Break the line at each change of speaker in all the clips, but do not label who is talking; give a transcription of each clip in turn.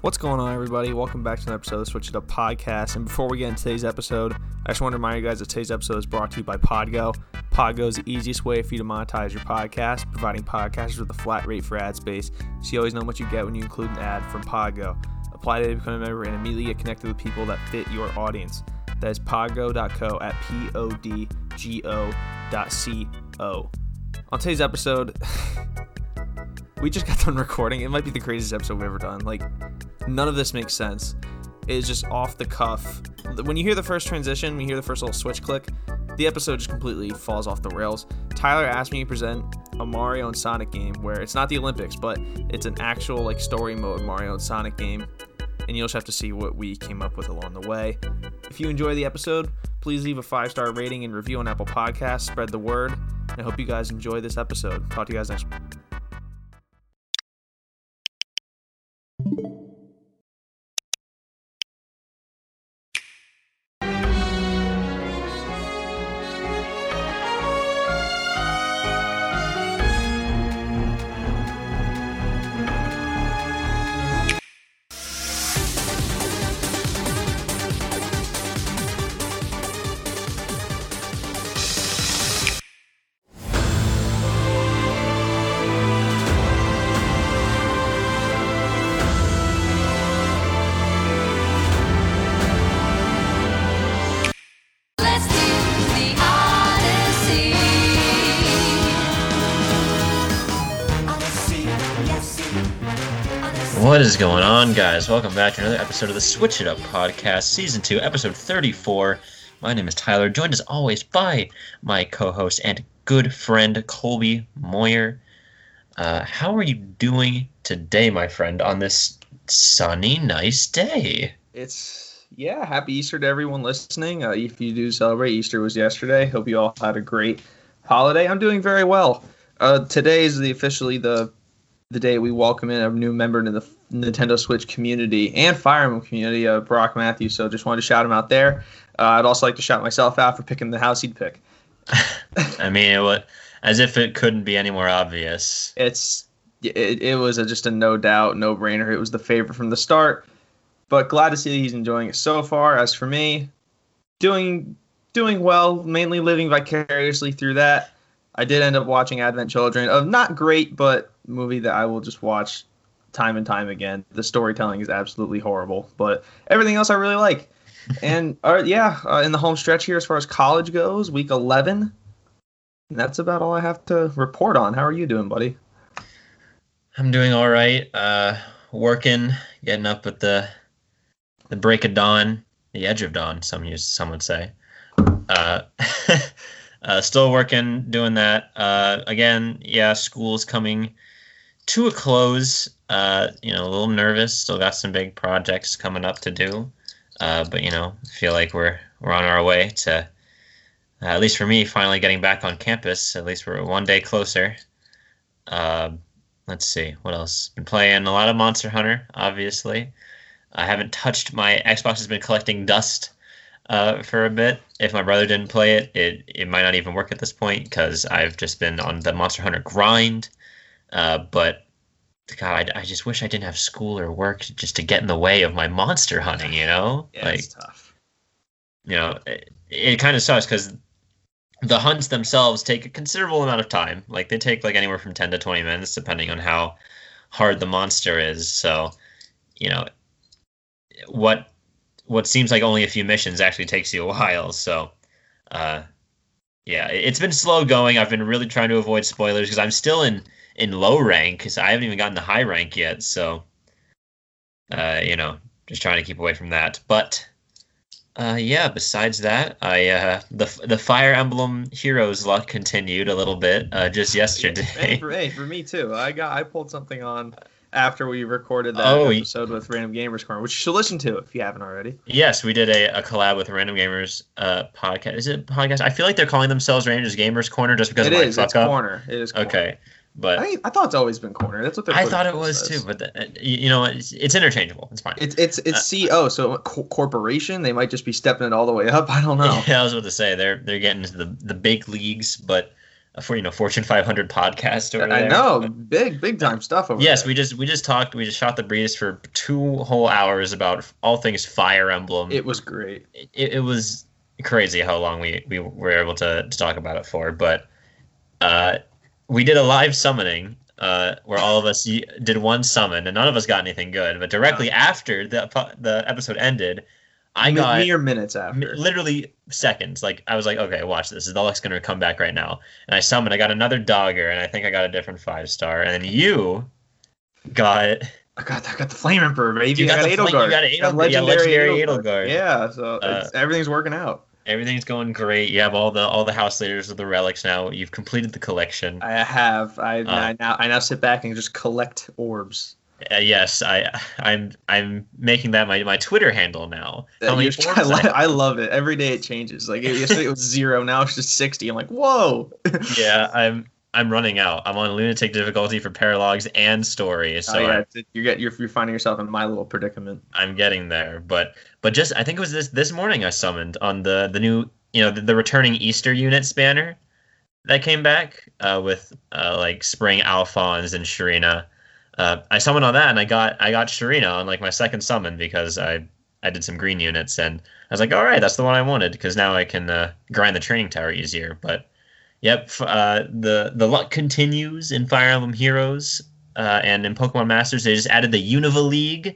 What's going on, everybody? Welcome back to an episode of Switch It Up Podcast. And before we get into today's episode, I just want to remind you guys that today's episode is brought to you by Podgo. Podgo is the easiest way for you to monetize your podcast, providing podcasters with a flat rate for ad space, so you always know what you get when you include an ad from Podgo. Apply today to become a member and immediately get connected with people that fit your audience. That is podgo.co at P O D G O dot C O. On today's episode, we just got done recording. It might be the craziest episode we've ever done. Like, none of this makes sense. It's just off the cuff. When you hear the first transition, when you hear the first little switch click, the episode just completely falls off the rails. Tyler asked me to present a Mario and Sonic game where it's not the Olympics, but it's an actual like story mode Mario and Sonic game. And you'll just have to see what we came up with along the way. If you enjoy the episode, please leave a five star rating and review on Apple Podcasts. Spread the word. And I hope you guys enjoy this episode. Talk to you guys next week.
Let's do the Odyssey.
What is going on, guys? Welcome back to another episode of the Switch It Up podcast, season two, episode 34. My name is Tyler, joined as always by my co host and good friend, Colby Moyer. Uh, how are you doing today, my friend, on this sunny, nice day?
It's yeah, happy Easter to everyone listening. Uh, if you do celebrate, Easter was yesterday. Hope you all had a great holiday. I'm doing very well. Uh, today is the officially the the day we welcome in a new member to the Nintendo Switch community and Fire Emblem community, uh, Brock Matthews. So just wanted to shout him out there. Uh, I'd also like to shout myself out for picking the house he'd pick.
I mean, it was, as if it couldn't be any more obvious.
it's it, it was a, just a no doubt no brainer it was the favorite from the start but glad to see that he's enjoying it so far as for me doing doing well mainly living vicariously through that i did end up watching advent children of not great but movie that i will just watch time and time again the storytelling is absolutely horrible but everything else i really like and uh, yeah uh, in the home stretch here as far as college goes week 11 and that's about all i have to report on how are you doing buddy
I'm doing all right. Uh, working, getting up at the the break of dawn, the edge of dawn. Some use, some would say. Uh, uh, still working, doing that. Uh, again, yeah, school's coming to a close. Uh, you know, a little nervous. Still got some big projects coming up to do. Uh, but you know, feel like we're we're on our way to. Uh, at least for me, finally getting back on campus. At least we're one day closer. Uh, let's see what else been playing a lot of monster hunter obviously i haven't touched my xbox has been collecting dust uh, for a bit if my brother didn't play it it, it might not even work at this point because i've just been on the monster hunter grind uh, but god I, I just wish i didn't have school or work just to get in the way of my monster hunting you know
Yeah,
like
it's tough.
you know, it, it kind of sucks because the hunts themselves take a considerable amount of time. Like they take like anywhere from ten to twenty minutes, depending on how hard the monster is. So, you know, what what seems like only a few missions actually takes you a while. So, uh, yeah, it- it's been slow going. I've been really trying to avoid spoilers because I'm still in in low rank because I haven't even gotten to high rank yet. So, uh, you know, just trying to keep away from that. But uh, yeah. Besides that, I uh, the the Fire Emblem Heroes luck continued a little bit uh, just
Hey,
yesterday.
for, hey, for me too. I got I pulled something on after we recorded that
Oh, y-
episode with Random Gamers Corner, which you should listen to if you haven't already.
Yes, we did a, a collab with Random Gamers uh, podcast. Is it a podcast? I feel like they're calling themselves Random Gamers Corner just because
It
of my
is.
fuck
It's
up.
corner. It is. Corner.
Okay, but
I, think, I thought it's always been corner. That's what they're.
I
putting
thought it
on
was
as.
too, but the, uh, y- you know, what, it's, it's interchangeable. It's fine.
It's it's it's CO, so co- corporation. They might just be stepping it all the way up. I don't know.
Yeah, I was about to say they're they're getting into the the big leagues, but for you know Fortune 500 podcast over
I
there.
know, big big time stuff over
Yes,
there.
we just we just talked. We just shot the breeze for two whole hours about all things Fire Emblem.
It was great.
it, it was crazy how long we, we were able to, to talk about it for, but uh, we did a live summoning uh, where all of us y- did one summon and none of us got anything good. But directly after the po- the episode ended, I
Mi-
got
mere minutes
m-
after.
literally seconds. Like I was like, okay, watch this. The Dalek's gonna come back right now. And I summoned. I got another Dogger, and I think I got a different five star. And then you got
I got I got the Flame Emperor, baby.
You
I
got the Flame- you
Edelgard.
got
I got
Edelgard. Yeah, legendary Edelgard. Uh,
Yeah, so it's, everything's working out.
everything's going great. You have all the all the house leaders of the relics now. You've completed the collection.
I have. I,
Uh,
I now I now sit back and just collect orbs.
Uh, yes, I I'm I'm making that my, my Twitter handle now. How
That
many
used-
forms
I,
I
lo-
have.
I love it. Every day it changes. Like yesterday it was zero, now it's just sixty. I'm like, whoa.
yeah, I'm I'm running out. I'm on lunatic difficulty for paralogs and stories, so
oh, yeah,
I'm-
it's- you get you're, you're finding yourself in my little predicament.
I'm getting there. But but just I think it was this this morning I summoned on the the new you know the, the returning Easter units banner that came back uh, with uh, like Spring Alphonse and Sharina. Uh, I summoned on that and I got I got Sharina on like my second summon because I I did some green units and I was like all right that's the one I wanted because now I can uh, grind the training tower easier. But yep, f- uh, the the luck continues in Fire Emblem Heroes. Uh, and in Pokemon Masters, they just added the Unova League,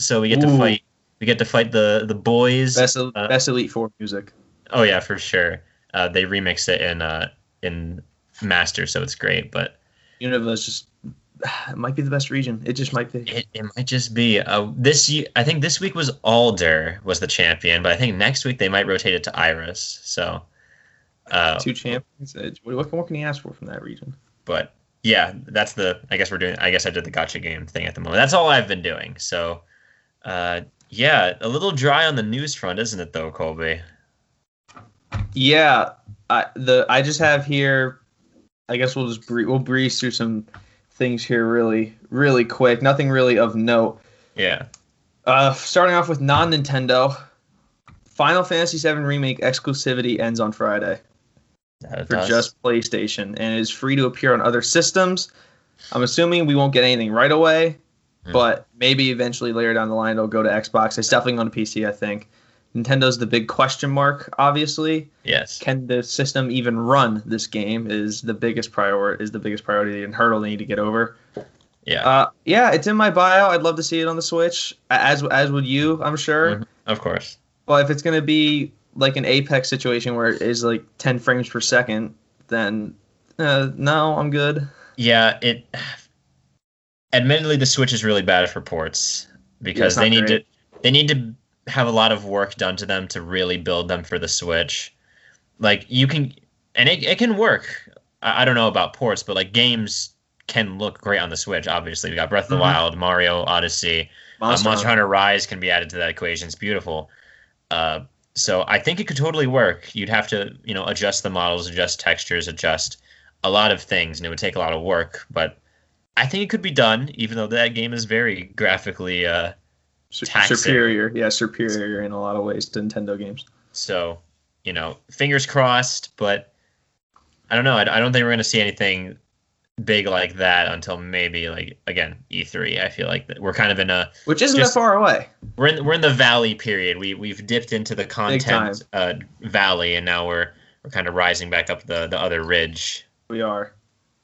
so we get to
Ooh.
fight. We get to fight the the boys.
Best best elite four music.
Oh yeah, for sure. Uh, they remix it in uh, in master, so it's great. But
Universe just it might be the best region. It just might be.
it, it might just be uh, this. ye- I think this week was Alder was the champion, but I think next week they might rotate it to Iris. So, uh,
Two champions. It's- What, what, can- what can you ask for from that region?
but yeah, that's the. I guess we're doing. I guess I did the gotcha game thing at the moment. That's all I've been doing. So, uh, yeah, a little dry on the news front, isn't it though, Colby?
Yeah, I the I just have here. I guess we'll just bree we'll breeze through some things here really really quick. Nothing really of note.
Yeah.
Uh, starting off with non Nintendo. Final Fantasy VII Remake exclusivity ends on Friday
That
for
does-
just PlayStation and is free to appear on other systems. I'm assuming we won't get anything right away,
Hmm.
but maybe eventually later down the line it'll go to Xbox. It's definitely on PC, I think. Nintendo's the big question mark, obviously.
yes.
Can the system even run this game? Is the biggest priority is the biggest priority and hurdle they need to get over.
Yeah.
Uh, yeah, it's in my bio. I'd love to see it on the Switch, a- as as would you, I'm sure.
Mhm. of course.
Well, if it's going to be like an Apex situation where it is like 10 frames per second, then uh, no, I'm good.
Yeah, it. Admittedly, the Switch is really bad for ports because
Yeah,
they
it's
need
not great.
to they need to have a lot of work done to them to really build them for the Switch. Like you can, and it it can work. I, I don't know about ports, but like games can look great on the Switch. Obviously, we got Breath of the
Mhm.
Wild, Mario Odyssey, Monster, uh, Monster Hunter Rise can be added to that equation. It's beautiful. Uh, so I think it could totally work. You'd have to, you know, adjust the models, adjust textures, adjust a lot of things, and it would take a lot of work. But I think it could be done, even though that game is very graphically. Uh,
Su-
taxing.
superior, yeah, superior in a lot of ways to Nintendo games.
so, you know, fingers crossed. But I don't know. I, I don't think we're going to see anything big like that until maybe like again E3. I feel like that we're kind of in a
Which isn't
Just-
that far away.
we're in we're in the valley period. We we've dipped into the content uh, valley, and now we're we're kind of rising back up the the other ridge.
We are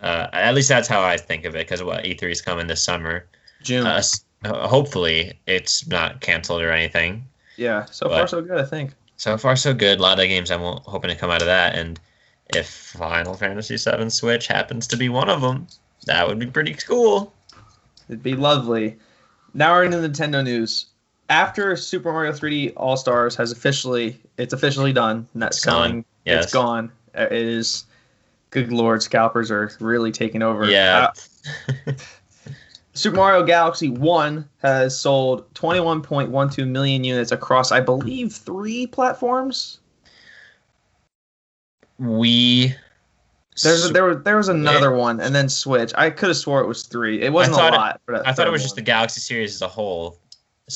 Uh, at least that's how I think of it, because what E three is coming this summer.
June.
Uh, s- uh, hopefully, it's not canceled or anything.
yeah, so
but-
far so good, I think.
So far, so good. A lot of games I'm hoping to come out of that, and if Final Fantasy VII Switch happens to be one of them, that would be pretty cool.
It'd be lovely. Now we're into Nintendo news. After Super Mario 3D All Stars has officially, it's officially done. Not
It's
selling.
gone. Yes.
It's gone. Uh, It is. Good lord, scalpers are really taking over.
Yeah.
Uh, Super Mario Galaxy 1 has sold 21.12 million units across, I believe, three platforms.
we.
There's there was there was another
Yeah.
one, and then Switch. I could have swore it was three. It wasn't a
thought it-
lot. but
I thought
third
it was just the
one.
Galaxy series as a whole.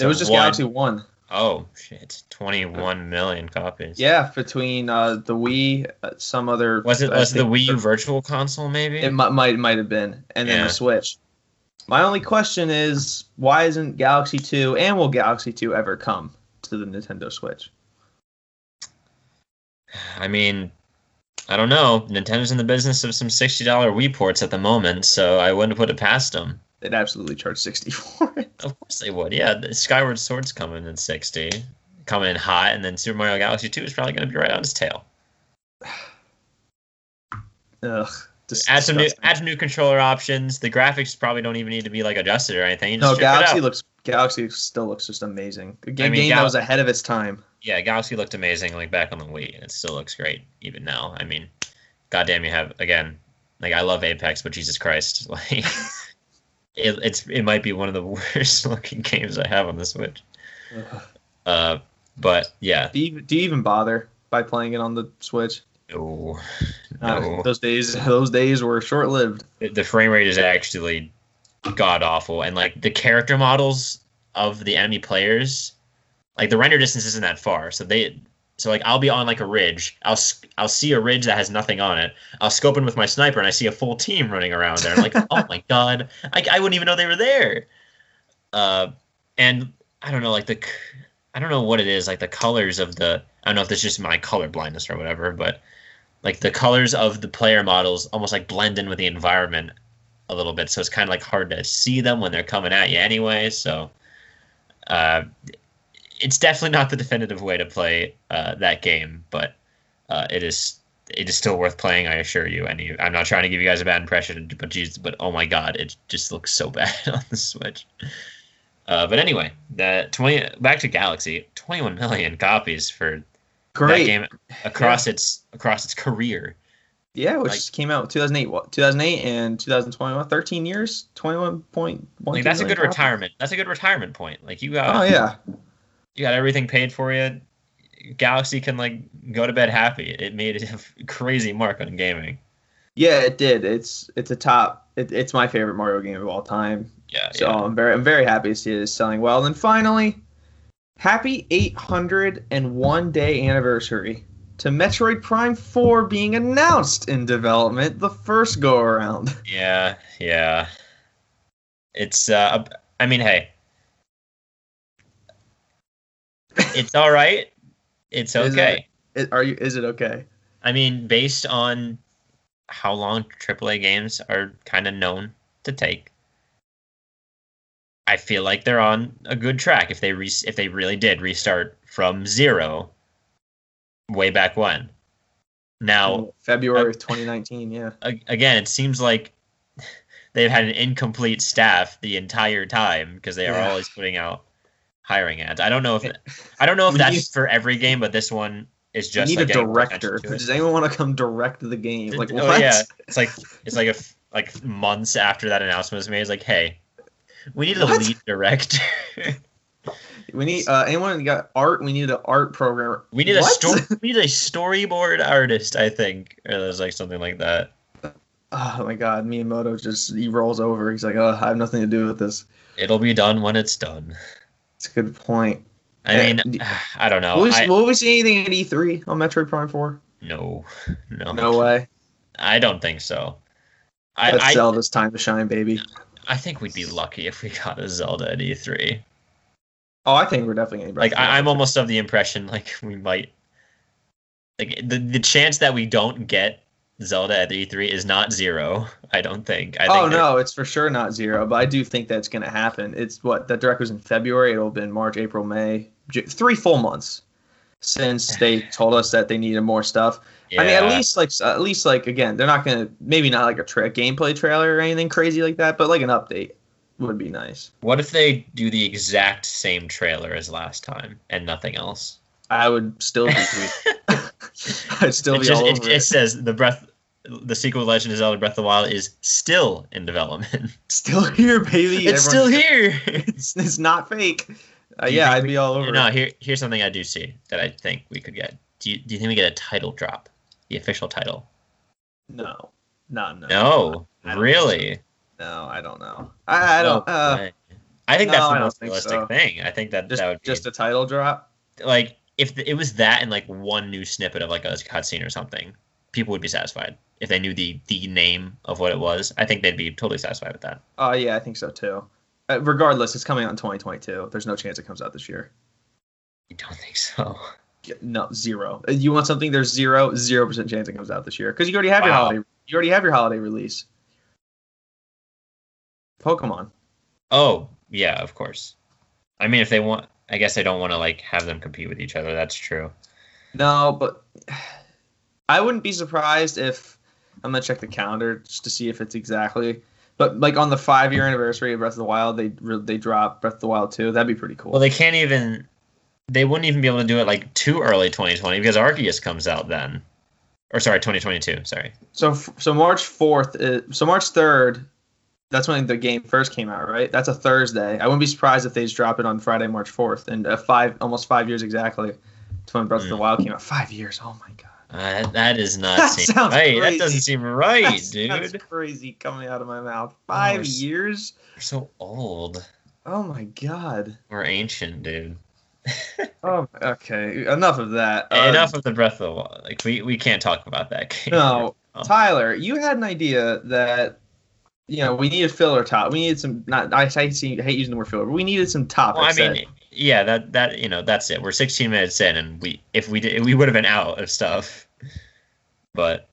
it was just
one-
Galaxy 1.
Oh shit, twenty one million copies.
Yeah, between uh, the Wii, uh, some other
Was it
I
was it the
think-
Wii U Virtual Console maybe?
It might might might have been, and then
Yeah.
the Switch. My only question is, why isn't Galaxy Two and will Galaxy Two ever come to the Nintendo Switch?
I mean, I don't know. Nintendo's in the business of some sixty dollar Wii ports at the moment, so I wouldn't put it past them.
They'd absolutely charge sixty for it.
Of course they would. Yeah, the Skyward Sword's coming in sixty, coming in hot, and then Super Mario Galaxy Two is probably going to be right on its tail.
Ugh. dis-
Add some new,
disgusting.
add some new controller options. The graphics probably don't even need to be like adjusted or anything. You
No,
just check it
Galaxy
out.
looks Galaxy still looks just amazing. A game,
I mean,
game
Gal-
that was ahead of its time.
yeah, Galaxy looked amazing like back on the Wii, and it still looks great even now. I mean, goddamn, you have again, like I love Apex, but Jesus Christ, like it, it's it might be one of the worst looking games I have on the Switch.
Ugh.
Uh, but yeah,
Do you, do you even bother by playing it on the Switch?
no,
Uh,
no.
those days those days were short lived.
The- the frame rate is actually god awful, and like the character models of the enemy players, like the render distance isn't that far, so they. So like I'll be on like a ridge. I'll s- I'll see a ridge that has nothing on it. I'll scope in with my sniper and I see a full team running around there. I'm like, oh my god, I, I wouldn't even know they were there. Uh, and I don't know, like the, c- I don't know what it is, like the colors of the. I don't know if that's just my color blindness or whatever, but like the colors of the player models almost like blend in with the environment a little bit, so it's kind of like hard to see them when they're coming at you anyway. So, uh, it's definitely not the definitive way to play uh, that game, but uh, it is it is still worth playing. I assure you. And you, I'm not trying to give you guys a bad impression, but geez, but oh my god, it just looks so bad on the Switch. Uh, but anyway, that twenty back to Galaxy, 21 million copies for that
Great.
game across its across its career.
Yeah, which
Like-
came out 2008, what, 2008 and 2021, 13 years, 21.1.
Like that's a good retirement. That's a good retirement point. Like you got
Oh yeah,
you got everything paid for you. Galaxy can like go to bed happy. It made a crazy mark on gaming.
yeah, it did. It's it's a top. It, it's my favorite Mario game of all time.
Yeah.
So
yeah.
I'm very I'm very happy to see it is selling well. And finally, happy 801 day anniversary to Metroid Prime 4 being announced in development the first go around.
Yeah, yeah. It's uh I mean, hey. It's all right. It's
Is
okay.
Is- Are you? Is it okay?
I mean, based on how long AAA games are kind of known to take, I feel like they're on a good track if they re- if they really did restart from zero way back when. Now,
Hmm.
uh,
February of 2019. Yeah.
a- again, it seems like they've had an incomplete staff the entire time because they are
Yeah.
always putting out hiring ads. I don't know if I don't know if
We
that's
need-
for every game, but this one is
We
just
need
like
a
getting more
director.
attention to it.
Does anyone want to come direct the game? Like
oh,
what?
yeah, it's like it's like a f- like months after that announcement was made. It's like, hey, we need a
What?
lead director.
We need uh, anyone who got art. We need an art programmer.
we need a
What?
story. We need a storyboard artist. I think or there's like something like that.
Oh my god, Miyamoto just he rolls over. He's like, oh, I have nothing to do with this.
It'll be done when it's done.
It's a good point.
I
Yeah,
mean,
d-
I don't know.
will, we,
Oh, I,
will we see anything at E3 on Metroid Prime 4?
no, no,
No way.
I don't think so. Oh, I
Let's
I,
sell this time to shine, baby.
I think we'd be lucky if we got a Zelda E at E3.
Oh, I think we're definitely getting
like I, I'm almost of the impression like we might like the the chance that we don't get Zelda at E3 is not zero. I don't think. I think
Oh
there-
no, it's for sure not zero, but I do think that's going to happen. It's what that direct was in February. It'll have been March, April, May, J- three full months since they told us that they needed more stuff. I mean, at
yeah,
least like at least like again, they're not gonna maybe not like a tra- gameplay trailer or anything crazy like that, but like an update would be nice.
What if they do the exact same trailer as last time and nothing else?
I would still be, I'd still
It
be
just
all
it,
over
it
it.
says the breath, the sequel to Legend of Zelda Breath of the Wild is still in development.
Still here, baby.
it's still
Everyone's-
here.
It's, it's not fake. Uh,
Do you
yeah,
think
I'd
we-
be all over.
no,
it.
here here's something I do see that I think we could get. Do you, do you think we get a title drop, the official title?
no, no, no,
No,
I don't think so.
really.
no, I don't know. I, I don't.
No
uh,
way. I think
No,
that's
I
the
don't
most
think
realistic
so.
thing. I think that
Just
that would be
just a title drop.
like if th- it was that and like one new snippet of like a cutscene or something, people would be satisfied if they knew the the name of what it was. I think they'd be totally satisfied with that.
Oh yeah, I think so too. Uh, regardless, it's coming out in 2022. There's no chance it comes out this year.
You don't think so?
Yeah, No, zero. Uh, You want something? There's zero, zero percent chance it comes out this year because you already have your
Wow.
holiday. You already have your holiday release. Pokemon.
Oh yeah, of course. I mean, if they want, I guess I don't want to like have them compete with each other. That's true.
No, but I wouldn't be surprised if I'm gonna check the calendar just to see if it's exactly. But like on the five year anniversary of Breath of the Wild, they re- they drop Breath of the Wild 2. That'd be pretty cool.
Well, they can't even. They wouldn't even be able to do it like too early 2020 because Arceus comes out then, or sorry, 2022. Sorry.
So f- so March fourth, uh, so March third, that's when the game first came out, right? That's a Thursday. I wouldn't be surprised if they just drop it on Friday, March fourth, and uh, five almost five years exactly to when Breath of the Wild came out. Five years. Oh my god,
Uh, that is not
That
seem
sounds
right.
crazy.
That doesn't seem right,
That sounds
dude.
crazy coming out of my mouth. Five
Nice.
years.
We're so old.
Oh my god.
We're ancient, dude.
Oh, okay. Enough of that. Uh,
Enough of the Breath of the Wild. Like we, we can't talk about that game.
No,
Oh.
Tyler, you had an idea that you know we needed filler top. We needed some. Not I hate, see- hate using the word filler, but we needed some topics.
Well, I
that-
mean, yeah, that that you know, that's it. We're 16 minutes in, and we if we did, we would have been out of stuff. But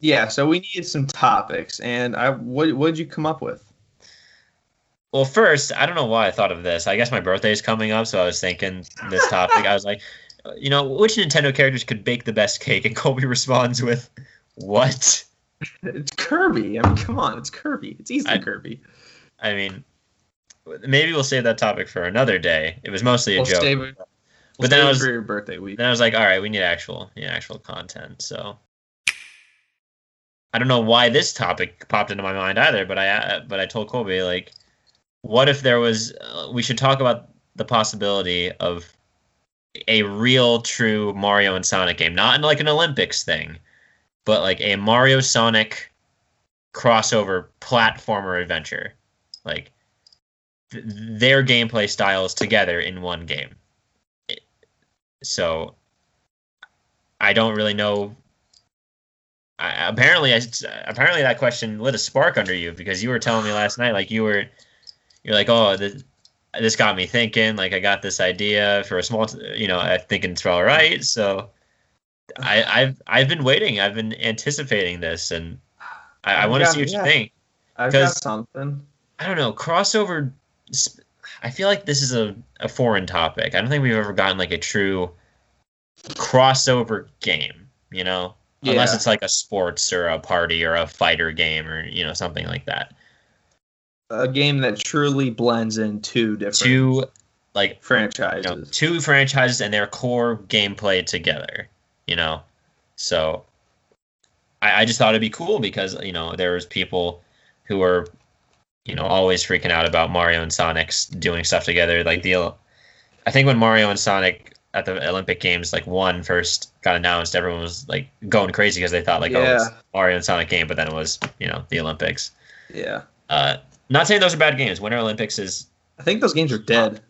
Yeah, so we needed some topics, and I what what did you come up with?
well, first, I don't know why I thought of this. I guess my birthday is coming up, so I was thinking this topic. I was like, you know, which Nintendo characters could bake the best cake? And Colby responds with, "What?"
It's Kirby. I mean, come on, it's Kirby. It's easily
I-
Kirby.
I mean, maybe we'll save that topic for another day. It was mostly a
We'll
joke.
save it. We'll
then
save
I
it
was-
for your birthday week.
then I was like, all right, we need actual, we need actual content. So I don't know why this topic popped into my mind either, but I, uh, but I told Colby like, what if there was? Uh, we should talk about the possibility of a real, true Mario and Sonic game, not in, like an Olympics thing, but like a Mario Sonic crossover platformer adventure, like th- their gameplay styles together in one game so I don't really know. I, apparently, I, apparently that question lit a spark under you because you were telling me last night, like you were, you're like, oh, this, this got me thinking. Like I got this idea for a small, t- you know, I think it's all right. So I, I've I've been waiting. I've been anticipating this, and I, I want to
Yeah,
see what
yeah.
you think.
I've got
'cause-
something.
I don't know, crossover. sp- I feel like this is a, a foreign topic. I don't think we've ever gotten like a true crossover game, you know? Unless
Yeah.
it's like a sports or a party or a fighter game or, you know, something like that.
A game that truly blends in two different
Two, like, you know,
franchises.
two franchises and their core gameplay together, you know? So I, I just thought it'd be cool because, you know, there was people who were, you know, always freaking out about Mario and Sonic's doing stuff together. Like the, Ol- I think when Mario and Sonic at the Olympic Games, like one first got announced, everyone was like going crazy because they thought like, oh, it's
Yeah.
Mario and Sonic game, but then it was, you know, the Olympics.
Yeah,
Uh, not saying those are bad games. Winter Olympics is
I think those games are dead.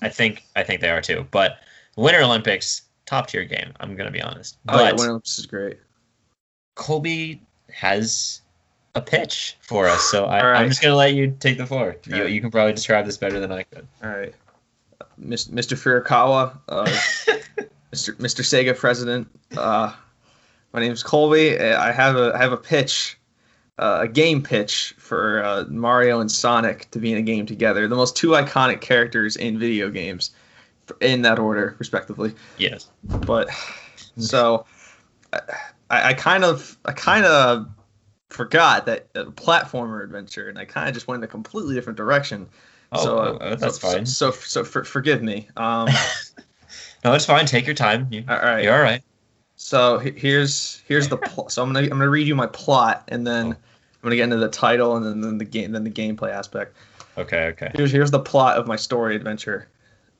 I think I think they are too. But Winter Olympics, top tier game. I'm gonna be honest.
Oh, yeah,
But
Winter Olympics is great.
Colby has a pitch for us, so I,
All right.
I'm just gonna let you take the floor. You,
Sure.
you can probably describe this better than I could.
All right, Mis- Mr. Furukawa, uh, Mr. Mr. Sega president. Uh, my name is Colby. Uh, I have a I have a pitch, uh, a game pitch for uh, Mario and Sonic to be in a game together. The most two iconic characters in video games, f- in that order, respectively.
Yes.
But so, I, I kind of I kind of forgot that uh, platformer adventure, and I kind of just went in a completely different direction.
Oh,
So, uh,
oh, oh, that's
so,
fine.
So, so, so for, forgive me. Um,
No, it's fine. Take your time. You,
all right.
You're all right.
So he- here's here's the pl- so I'm gonna I'm gonna read you my plot and then I'm
Oh.
gonna get into the title and then, then the game then the gameplay aspect.
Okay. Okay.
Here's here's the plot of my story adventure.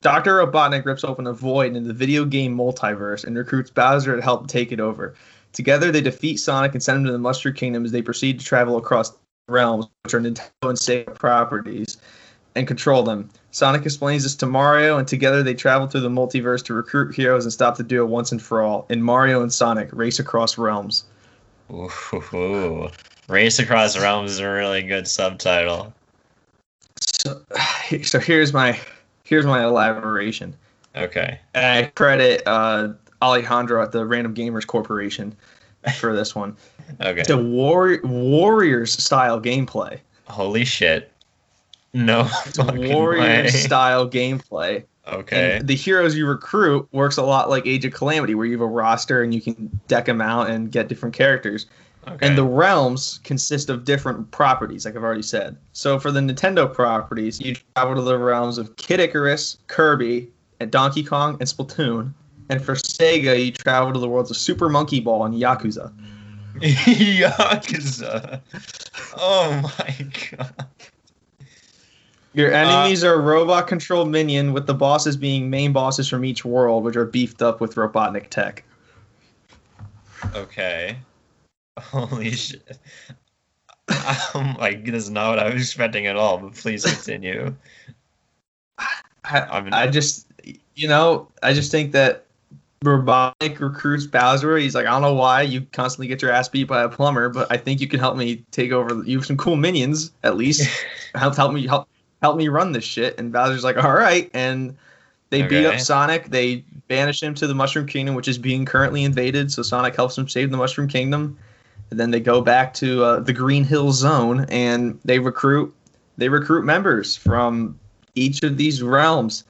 Doctor Robotnik rips open a void in the video game multiverse and recruits Bowser to help take it over. Together they defeat Sonic and send him to the Mustard Kingdom as they proceed to travel across realms, which are Nintendo and Sega properties. and control them. Sonic explains this to Mario, and together they travel through the multiverse to recruit heroes and stop the duo once and for all. And Mario and Sonic race across realms.
Ooh, Race Across Realms is a really good subtitle.
So, so here's my here's my elaboration.
Okay.
And I credit uh, Alejandro at the Random Gamers Corporation for this one.
Okay.
The war- Warriors style gameplay.
Holy shit. No. fucking way.
Warriors style gameplay.
Okay.
And the heroes you recruit works a lot like Age of Calamity, where you have a roster and you can deck them out and get different characters.
okay.
And the realms consist of different properties, like I've already said. So for the Nintendo properties, you travel to the realms of Kid Icarus, Kirby, and Donkey Kong, and Splatoon. And for Sega, you travel to the worlds of Super Monkey Ball and Yakuza.
Yakuza. Oh my god.
Your enemies are robot controlled minion, with the bosses being main bosses from each world, which are beefed up with Robotnik tech.
Okay. Holy shit. I'm like, this is not what I was expecting at all, but please continue.
I,
I'm-
I just, you know, I just think that Robotnik recruits Bowser. He's like, I don't know why you constantly get your ass beat by a plumber, but I think you can help me take over. You have some cool minions, at least. help, help me help help me run this shit. And Bowser's like, all right. And they beat
Okay.
up Sonic. They banish him to the Mushroom Kingdom, which is being currently invaded. So Sonic helps him save the Mushroom Kingdom. And then they go back to uh, the Green Hill Zone, and they recruit they recruit members from each of these realms.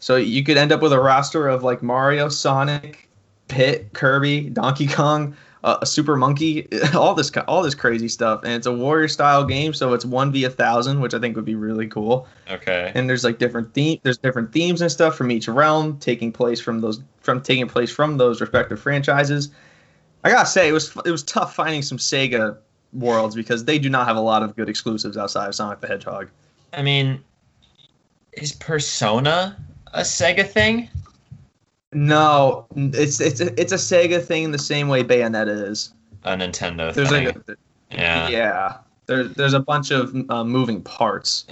So you could end up with a roster of like Mario, Sonic, Pit, Kirby, Donkey Kong, uh, a Super Monkey, all this all this crazy stuff. And it's a warrior style game, so it's one v a thousand, which I think would be really cool.
Okay.
And there's like different theme there's different themes and stuff from each realm taking place from those from taking place from those respective franchises. I gotta say it was it was tough finding some Sega worlds because they do not have a lot of good exclusives outside of Sonic the Hedgehog.
I mean, is Persona a Sega thing?
No, it's it's a, it's a Sega thing the same way Bayonetta is.
A Nintendo
There's
thing.
like a,
yeah. yeah.
yeah, there's there's a bunch of uh, moving parts.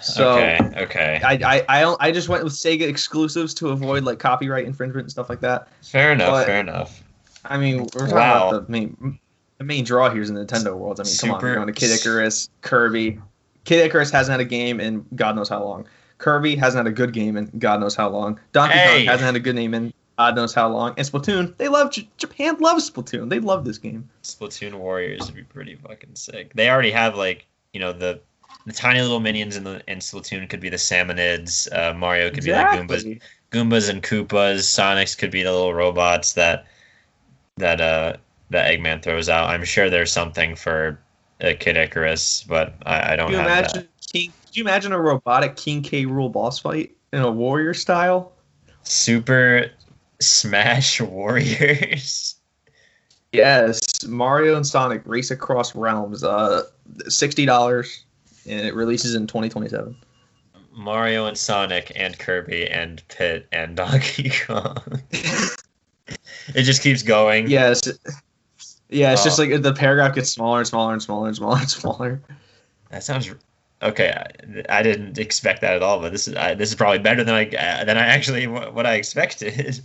So-
okay. Okay.
I I I, don't, I just went with Sega exclusives to avoid like copyright infringement and stuff like that.
Fair enough.
but-
fair enough.
I mean, we're talking
Wow.
about the main the main draw here is the Nintendo worlds. I mean, come on,
Super-
you're going to Kid Icarus, Kirby. Kid Icarus hasn't had a game in God knows how long. Kirby hasn't had a good game in God knows how long. Donkey
Hey.
Kong hasn't had a good name in God knows how long. And Splatoon, they love J- Japan loves Splatoon. They love this game.
Splatoon Warriors would be pretty fucking sick. They already have like you know the the tiny little minions in the in Splatoon could be the Salmonids. Uh, Mario could be the Goombas, Goombas and Koopas. Sonics could be the little robots that that uh that Eggman throws out. I'm sure there's something for uh, Kid Icarus, but I, I don't
Could you
have
imagine King, could you imagine a robotic King K. Rule boss fight in a warrior style?
that. Super Smash Warriors.
Yes, Mario and Sonic race across realms. Uh, sixty dollars, and it releases in twenty twenty seven.
Mm-hmm. Mario and Sonic and Kirby and Pit and Donkey Kong. it just keeps going.
Yes, yeah. It's just
Oh.
like the paragraph gets smaller and smaller and smaller and smaller and smaller.
That sounds okay. I, I didn't expect that at all, but this is I, this is probably better than I uh, than I actually what I expected.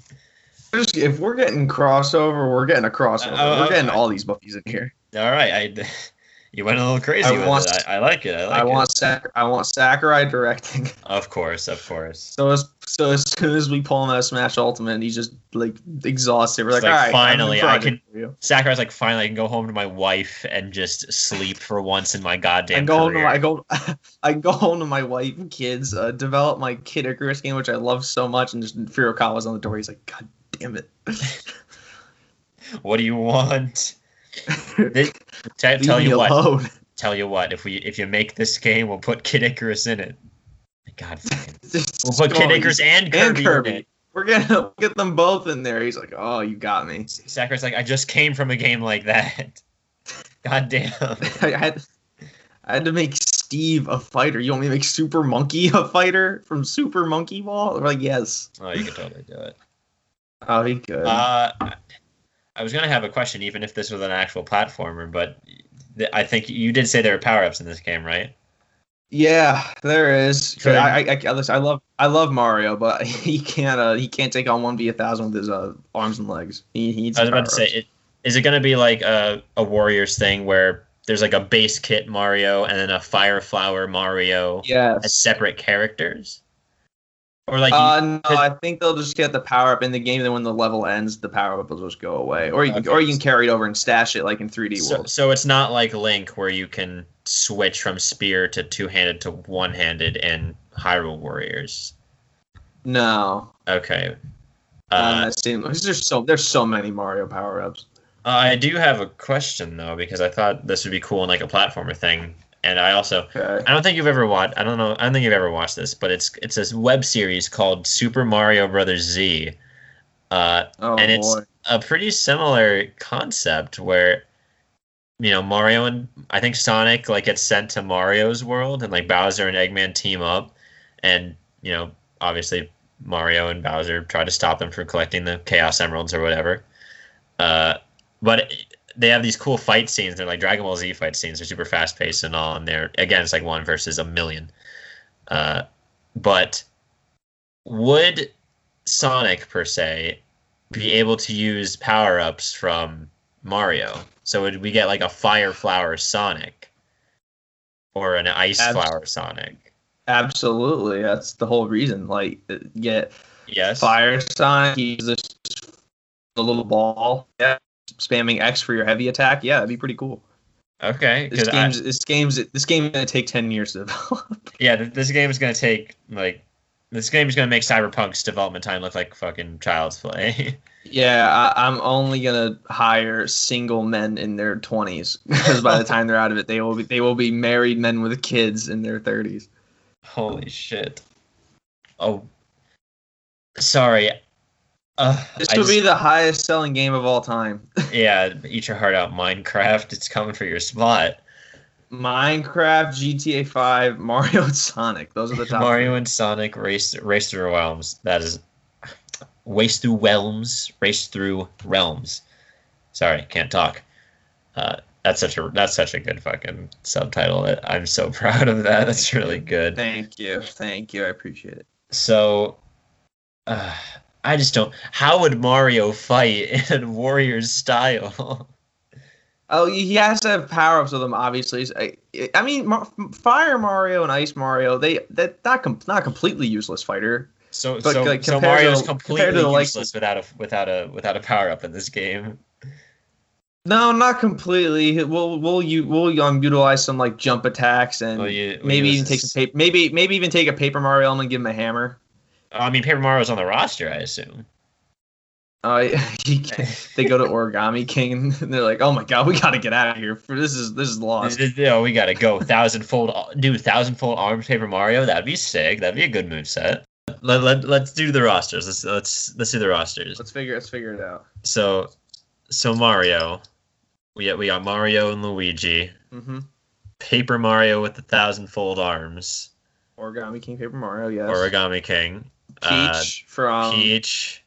We're just- if we're getting crossover, we're getting a crossover.
Uh,
we're getting
uh,
all these buffies in here.
all right, I you went a little crazy
I
with
want-
it. I, I like it. I
I
like it.
want Sak- I want Sakurai directing.
Of course, of course.
So as so as soon as we pull him out of Smash Ultimate, he's just like exhausted. We're like,
It's like,
all right, I have a
finally,
new
I
project for you.
Sakurai's like, finally, I can go home to my wife and just sleep for once in my goddamn
I go home to
career.
my, I go I go home to my wife and kids, uh, develop my Kid Icarus game, which I love so much, and just Furukawa's on the door. He's like, God damn it.
What do you want? This- te-
Leave
tell
me
you what.
alone.
tell you what, if we if you make this game, we'll put Kid Icarus in it. God, fucking- we'll put Kid Icarus and Kirby.
and
in
Kirby.
it.
We're gonna get them both in there. He's like, Oh, you got me.
Sakurai's like, I just came from a game like that. God damn.
I had I had to make Steve a fighter. You want me to make Super Monkey a fighter from Super Monkey Ball? We're like, yes.
Oh, you could totally do it.
Oh, he could.
Uh, I was gonna have a question, even if this was an actual platformer, but th- I think you did say there are power ups in this game, right?
Yeah, there is. 'Cause
Good.
I, I, I, listen, I love I love Mario, but he can't uh, he can't take on one v a thousand with his uh, arms and legs. He, he needs
I was about to
power-ups.
say, it, is it going to be like a, a Warriors thing where there's like a base kit Mario and then a Fire Flower Mario as
yes.
separate characters? Or like, you-
Uh, no, I think they'll just get the power up in the game. Then when the level ends, the power up will just go away, or you can,
Okay.
or you can carry it over and stash it like in 3D
so,
World.
so it's not like Link where you can switch from spear to two handed to one handed in Hyrule Warriors.
No,
Okay.
not in
Uh,
that same- 'cause there's so there's so many Mario power ups.
I do have a question though because I thought this would be cool in like a platformer thing, and I also
Okay.
I don't think you've ever watched. I don't know. I don't think you've ever watched this, but it's it's a web series called Super Mario Brothers Z. Uh,
Oh
and it's
boy.
a pretty similar concept where you know Mario and I think Sonic like gets sent to Mario's world and like Bowser and Eggman team up and you know obviously Mario and Bowser try to stop them from collecting the Chaos Emeralds or whatever. Uh, but they have these cool fight scenes. They're like Dragon Ball Z fight scenes. They're super fast paced and all. And they're again, it's like one versus a million. Uh, but would Sonic per se be able to use power ups from Mario? So would we get like a Fire Flower Sonic or an Ice
Abs-
Flower Sonic?
Absolutely, that's the whole reason. Like, uh, get
Yes.
Fire Sonic, you use this the little ball. Yeah. Spamming X for your heavy attack. Yeah, that'd be pretty cool.
Okay.
This
'cause I-
game's this game's this game's gonna take ten years to develop.
yeah, th- this game is gonna take like this game is gonna make Cyberpunk's development time look like fucking child's play.
yeah, I, I'm only gonna hire single men in their twenties because by the time they're out of it, they will be they will be married men with kids in their thirties.
Holy shit! Oh, sorry. Uh,
This
I
will be
just-
the highest selling game of all time.
yeah, eat your heart out, Minecraft. It's coming for your spot.
Minecraft, GTA Five, Mario, and Sonic. Those are the top.
Mario and Sonic race race through realms. That is, race through realms. Race through realms. Sorry, can't talk. Uh, that's such a that's such a good fucking subtitle. I- I'm so proud of that. That's really good.
Thank you, thank you. I appreciate it.
So, uh, I just don't. How would Mario fight in Warriors style?
Oh, he has to have power ups with him, obviously. I, I mean, Mar- Fire Mario and Ice Mario, they that not com- not completely useless fighter.
So,
But,
so,
like,
so
compared to
Mario is
the- compared to
completely
the, like-
useless without a without a without a power up in this game.
No, not completely. We'll we'll you we'll um, utilize some like jump attacks and
Will you- will
maybe
you
even take
assist-
some paper. Maybe maybe even take a Paper Mario element and give him a hammer.
I mean, Paper Mario's on the roster, I assume.
Uh, he can- they go to Origami King and they're like, oh my god, we gotta get out of here. For this is this is lost.
Oh, we gotta go thousandfold, uh, do thousandfold arms paper Mario. That'd be sick. That'd be a good moveset. Let, let, let's do the rosters. Let's let's let's do the rosters.
Let's figure let's figure it out.
So, so Mario, we got, we got Mario and Luigi,
Mm-hmm.
Paper Mario with the thousandfold arms,
Origami King, Paper Mario, yes.
Origami King, uh,
Peach um, from
Peach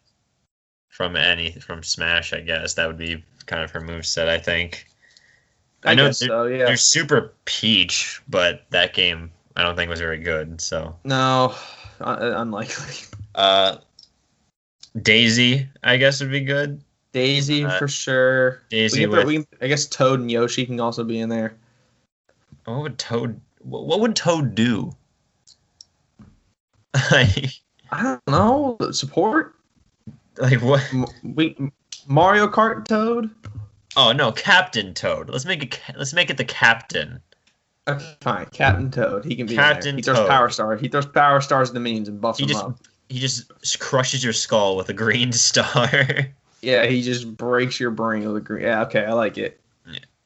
from any from Smash. I guess that would be kind of her moveset. I think
I,
I know
guess
there-
so, yeah.
there's Super Peach, but that game I don't think was very good. So.
No, uh, unlikely.
Uh, Daisy, I guess would be good.
Daisy
Uh,
for sure.
Daisy
we can put,
with-
we can, I guess Toad and Yoshi can also be in there.
What would Toad? What, what would Toad do? like,
I don't know support.
like what?
M- We Mario Kart Toad.
Oh no, Captain Toad. Let's make it. ca- Let's make it the Captain.
Okay, fine. Captain Toad. He can be In there.
Captain
He throws
Toad.
power stars. He throws power stars in the minions and buffs
He
them
just-
up.
He just s- crushes your skull with a green star.
Yeah, he just breaks your brain with a green. Yeah, okay, I like it.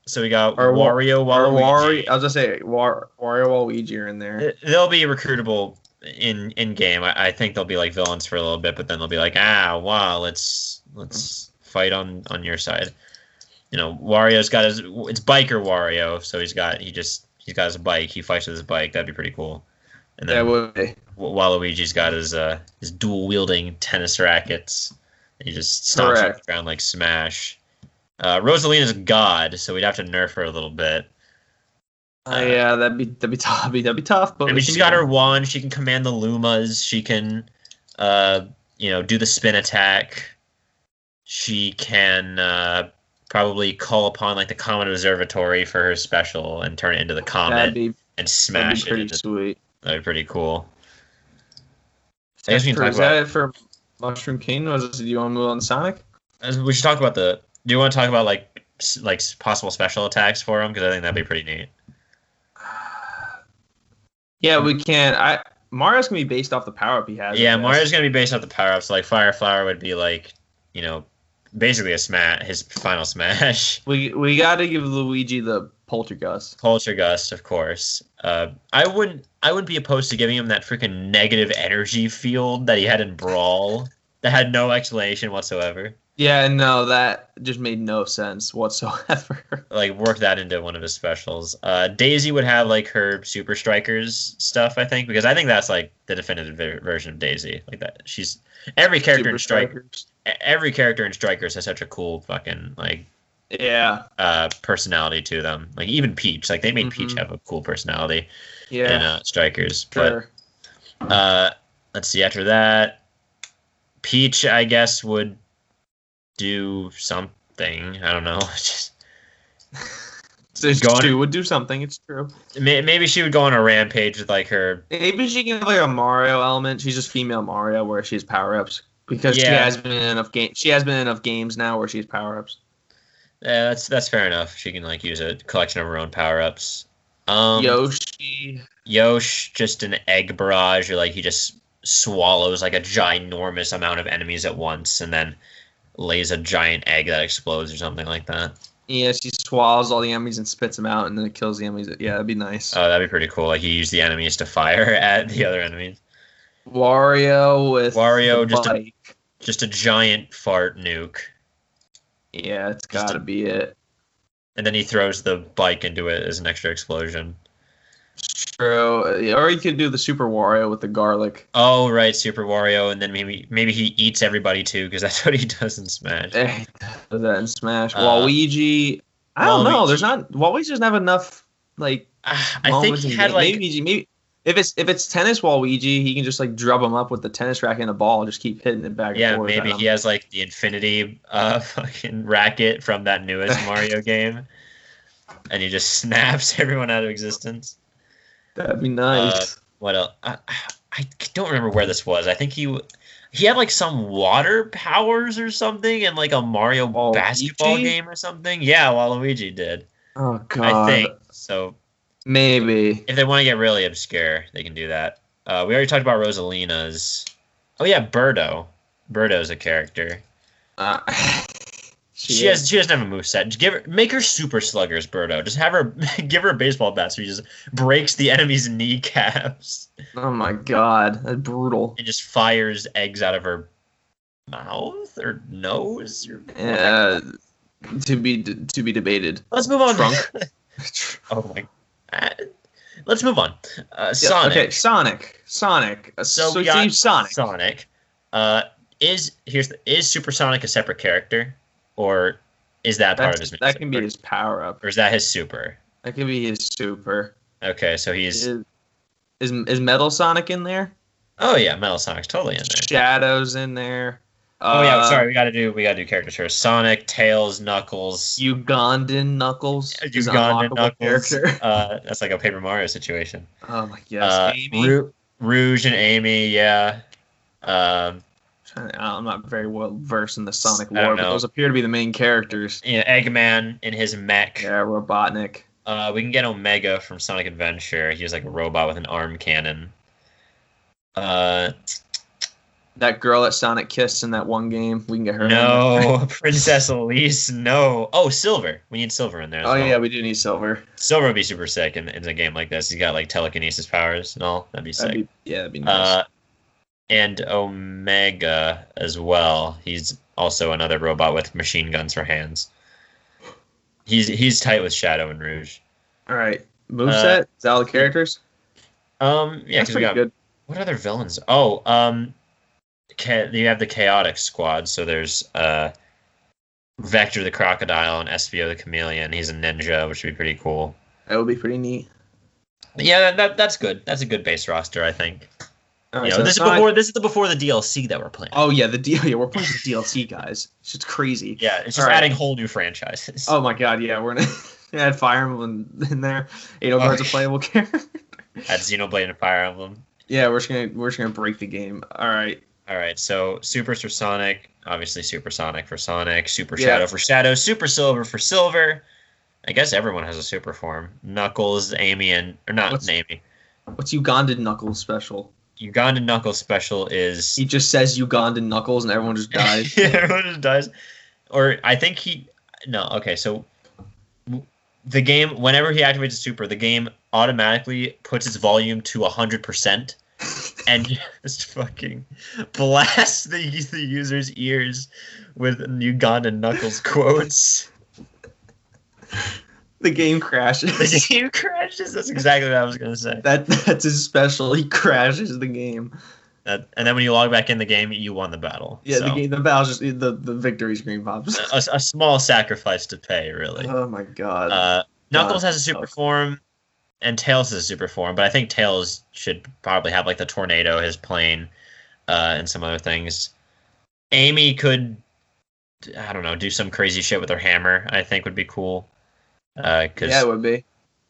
so we got
Or Wa-
Wario,
Or Wario.
Waluigi.
I was just say War, Wario Waluigi are in there.
Th- They'll be recruitable in in game. I, I think they'll be like villains for a little bit, but then they'll be like, ah, wow, let's let's fight on on your side. You know, Wario's got his it's biker Wario, so he's got he just he's got his bike. He fights with his bike. That'd be pretty cool. And
That
then
would be.
Wa- Waluigi's got his uh his dual wielding tennis rackets. He just stomps
Correct.
around like Smash. Uh, Rosalina's God, so we'd have to nerf her a little bit.
Uh, yeah, that'd be that'd be tough. That'd be, that'd be tough. But
I
we
mean, she's
can
got
do
her
it.
wand. She can command the Lumas. She can, uh, you know, do the spin attack. She can uh, probably call upon like the Comet Observatory for her special and turn it into the
That'd
comet
be
and
that'd
smash
be
it.
pretty
into-
sweet.
that'd be pretty cool. I guess we can
For-
talk
is
about-
that it for Mushroom King? Was it, do you want to move on to Sonic?
As we should talk about the. Do you want to talk about like s- like s- possible special attacks for him? Because I think that'd be pretty neat.
Yeah, we can. I Mario's gonna be based off the power up he has. I
yeah,
guess.
Mario's gonna be based off the power ups. like Fire Flower would be like, you know, basically a smash, his final smash.
We we got to give Luigi the poltergust.
Culture Gust, of course. Uh, I wouldn't. I wouldn't be opposed to giving him that freaking negative energy field that he had in Brawl. that had no explanation whatsoever.
Yeah, no, that just made no sense whatsoever.
Like work that into one of his specials. Uh, Daisy would have like her Super Strikers stuff, I think, because I think that's like the definitive ver- version of Daisy. Like that, she's every character in Strike.
Strikers.
Every character in Strikers has such a cool fucking like
Yeah,
uh, personality to them. Like even Peach, like they made Peach
Mhm.
have a cool personality
yeah,
in uh, Strikers, but.
sure.
Uh, let's see. After that, Peach, I guess, would do something. I don't know. Just
It's
going-
true. Would do something. It's true.
may- maybe she would go on a rampage with like her.
Maybe she can have like a Mario element. She's just female Mario, where she has power ups because she
Yeah.
has been in enough game. She has been in enough games now where she has power ups.
Yeah, eh, that's that's fair enough. She can like use a collection of her own power ups. Um,
Yoshi.
Yosh, just an egg barrage, or like he just swallows like a ginormous amount of enemies at once, and then lays a giant egg that explodes or something like that.
Yeah, she swallows all the enemies and spits them out, and then it kills the enemies. Yeah, that'd be nice.
Oh, that'd be pretty cool. Like he used the enemies to fire at the other enemies.
Wario with
Wario,
the
just a-
bike.
just a giant fart nuke,
yeah, it's
just a-
got to be it.
and then he throws the bike into it as an extra explosion.
True. Uh, Or you could do the Super Wario with the garlic.
Oh right, Super Wario, and then maybe maybe he eats everybody too because that's what he does in Smash.
Eh, does that in Smash?
Uh,
Waluigi. I don't know.
Waluigi.
There's not Waluigi doesn't have enough like
Ah, I think
moments
he
in
had
game.
like
maybe maybe if it's if it's tennis Waluigi, he can just like drub him up with the tennis racket and a ball and just keep hitting it back and
yeah,
forth.
maybe
at him.
he has like the Infinity uh fucking racket from that newest Mario game, and he just snaps everyone out of existence.
That'd be nice.
What else? I, I don't remember where this was. I think he he had like some water powers or something in like a Mario
Waluigi?
basketball game or something. Yeah, Waluigi did.
oh
I
god.
think so.
Maybe.
If they want to get really obscure, they can do that. Uh, we already talked about Rosalina's. Oh yeah, Birdo. Birdo's a character.
Uh,
She, has she doesn't have a moveset. Just give her make her super sluggers, Birdo. Just have her give her a baseball bat so she just breaks the enemy's kneecaps
Oh my god, that's brutal.
and just fires eggs out of her mouth or nose. Or...
Uh, to be to be debated.
Let's move on.
Trunk.
oh my. Uh, let's move on. Uh,
Yeah,
Sonic.
Okay, Sonic. Sonic. Uh,
So,
So,
we
we
got
Sonic.
Sonic. Uh, is here's the, is Supersonic a separate character, or is that part
That's-
of his?
that can be
or,
his power up.
or is that his super?
That can be his super.
Okay, so he's.
Is, is is Metal Sonic in there?
oh yeah, Metal Sonic's totally in there.
Shadows in there.
oh yeah,
Uh,
sorry, we gotta do we gotta do characters here. Sonic, Tails, Knuckles.
Ugandan Knuckles. is an
Ugandan
unlockable
Knuckles.
Character.
Uh, that's like a Paper Mario situation.
Oh my gosh,
uh,
Amy.
Ru- Rouge and Amy, yeah. Um,
I'm not very well versed in the Sonic
I don't
lore, but
know.
those appear to be the main characters.
you know, Eggman in his mech.
Yeah, Robotnik.
Uh, we can get Omega from Sonic Adventure. He was like a robot with an arm cannon. Uh,
That girl that Sonic kissed in that one game. We can get her. in there.
no, Princess Elise, no. Oh, Silver. We need Silver in there. As
Oh
well.
yeah, we do need silver.
Silver would be super sick in, in a game like this. He's got like telekinesis powers and all. That'd be sick.
That'd be, yeah, that'd be nice.
uh, and Omega as well. He's also another robot with machine guns for hands. He's he's tight with Shadow and Rouge.
all right, moveset. Is that all the characters?
Um, uh, yeah,
That's
because we
pretty
got
good.
what other villains? Oh, um, cha- you have the Chaotic Squad. So there's uh, Vector the Crocodile and SVO the Chameleon. He's a ninja, which would be pretty cool.
That would be pretty neat.
yeah, that, that that's good. That's a good base roster, I think.
All right,
You know,
so
this is
it's not-
before this is the before the DLC that we're playing.
Oh yeah, the deal. Yeah, we're playing the DLC guys. It's just crazy.
yeah, it's
all
just
right.
adding whole new franchises.
Oh my god, yeah, we're gonna add Fire Emblem in there. Eight oh
Oh.
cards a playable character.
Add Xenoblade and Fire Emblem.
yeah, we're just gonna we're just gonna break the game. All right.
All right, so Super for Sonic, obviously Super Sonic for Sonic, Super
Yeah.
Shadow for Shadow, Super Silver for Silver. I guess everyone has a super form. Knuckles, Amy, and or not
What's-
Amy.
What's Ugandan Knuckles special?
Ugandan Knuckles special is
He just says Ugandan Knuckles and everyone just dies.
yeah, everyone just dies. Or I think he no. Okay, so w- the game whenever he activates a super, the game automatically puts its volume to hundred percent and just fucking blasts the the user's ears with Uganda knuckles quotes.
the game
the
crashes.
game crashes. That's exactly what I was gonna say.
that that's his special. He crashes the game.
That- and then when you log back in the game, you won the battle.
Yeah, the
So, Uh,
game the battle's just the, the victory screen pops.
A, a small sacrifice to pay, really.
Oh my god.
Uh, Knuckles
God,
has a super
Knuckles.
form, and Tails has a super form, but I think Tails should probably have like the tornado, his plane, uh, and some other things. Amy could, I don't know, do some crazy shit with her hammer. I think would be cool. Because
yeah, it would be.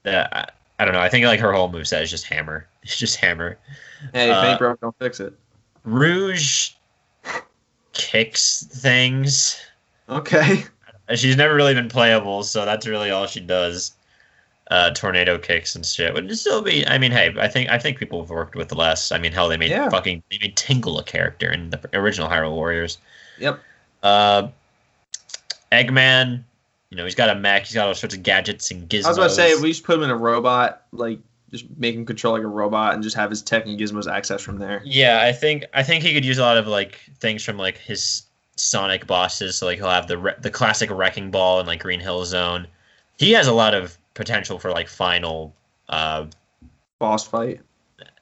I, I don't know. I think like her whole moveset is just hammer. It's just hammer.
Hey, if
uh,
ain't broke, don't fix it.
Rouge kicks things.
Okay.
She's never really been playable, so that's really all she does. Uh, tornado kicks and shit. Would still be. I mean, hey, I think I think people have worked with less. I mean, hell, they made
Yeah.
fucking they made Tingle a character in the original Hyrule Warriors.
Yep.
Uh, Eggman, you know, he's got a mech. He's got all sorts of gadgets and gizmos.
I was about to say we just put him in a robot, like just make him control like a robot and just have his tech and gizmos access from there.
Yeah, I think I think he could use a lot of like things from like his Sonic bosses. So like he'll have the re- the classic wrecking ball and like Green Hill Zone. He has a lot of potential for like final uh
Boss fight.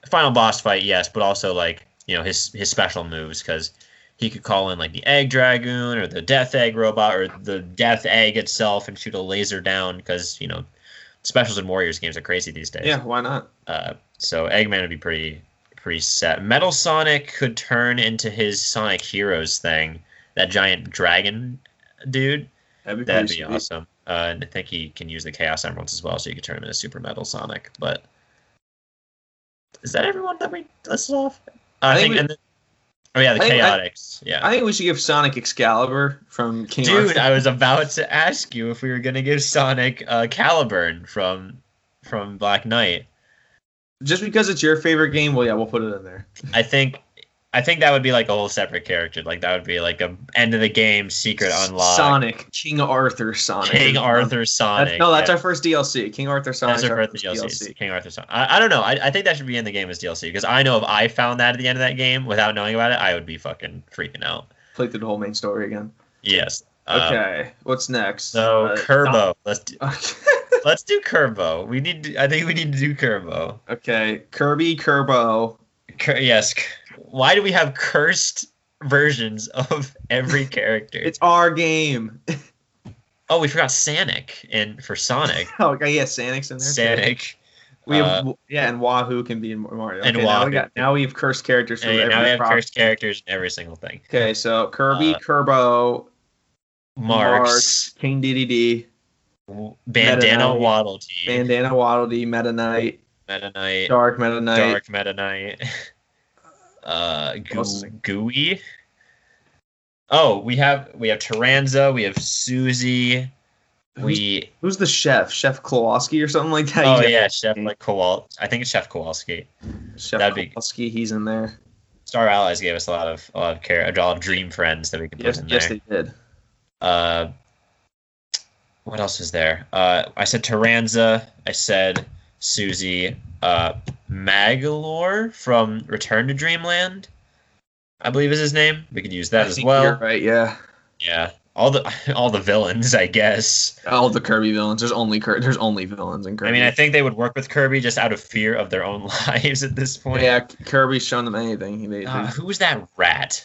final boss fight, yes, but also like you know his his special moves because he could call in like the egg dragoon or the death egg robot or the death egg itself and shoot a laser down because you know specials in Warriors games are crazy these days.
Yeah, why not?
Uh, so Eggman would be pretty pretty set. Metal Sonic could turn into his Sonic Heroes thing, that giant dragon dude.
That'd be,
That'd
pretty
be
sweet.
awesome. Uh, and I think he can use the Chaos Emeralds as well, so you could turn him into Super Metal Sonic. But is that everyone that we listed off? I,
think
think.
we-
and then, oh yeah, the
I think- I-
Chaotix. yeah.
I think we should give Sonic Excalibur from King
Dude,
Arthur.
I was about to ask you if we were gonna give Sonic uh, Caliburn from from Black Knight.
Just because it's your favorite game, well, yeah, we'll put it in there.
I think I think that would be like a whole separate character. Like that would be like a end of the game secret unlock.
Sonic, King Arthur, Sonic.
King
That's-
Arthur
that's-
Sonic.
no, that's
Yeah,
our first DLC. King Arthur Sonic.
that's our first DLC. King Arthur Sonic. I, I don't know. I, I think that should be in the game as DLC because I know if I found that at the end of that game without knowing about it, I would be fucking freaking out.
Play through the whole main story again.
Yes. Uh,
Okay, what's next?
So
Uh,
Kerbo, let's do,
Don-
let's do Kerbo. We need. To, I think we need to do Kerbo.
okay, Kirby, Kerbo.
Cur- yes. c- Why do we have cursed versions of every character?
It's our game.
Oh, we forgot Sonic and for Sonic.
Oh, okay, yeah, Sonic's in there. too.
Sonic.
We have,
Uh,
yeah, and Wahoo can be in Mario.
and
okay, Now we,
Wahoo.
got, now we have cursed characters for
And yeah,
every
now we have
prop-
cursed characters in every single thing.
Okay, so Kirby,
Uh,
Kerbo,
Marks,
King DDD,
w- Bandana
Meta Knight.
Waddle Dee,
Bandana Waddle Dee, Meta Knight,
Meta Knight,
Dark Meta Knight.
Dark Meta Knight, uh,
What else is
Goo- Gooey. Oh, we have we have Taranza, we have Susie, we
Who's the chef? Chef Kowalski or something like that?
oh
He's-
yeah, Chef like Kowal. I think it's Chef Kowalski.
Chef
that'd be-
Kowalski, he's in there.
Star Allies gave us a lot of a lot of care, a lot of dream friends that we could put
Yes,
in there.
yes, they did.
uh, what else is there? Uh, I said Taranza. I said Susie. Uh, Magalore from Return to Dreamland, I believe is his name. We could use that
I
as
think
well.
you're right? Yeah,
Yeah, all the all the villains, I guess.
all the Kirby villains. There's only Kir- there's only villains in Kirby.
I mean, I think they would work with Kirby just out of fear of their own lives at this point.
yeah, Kirby's shown them anything. They,
Uh,
they-
who's that rat?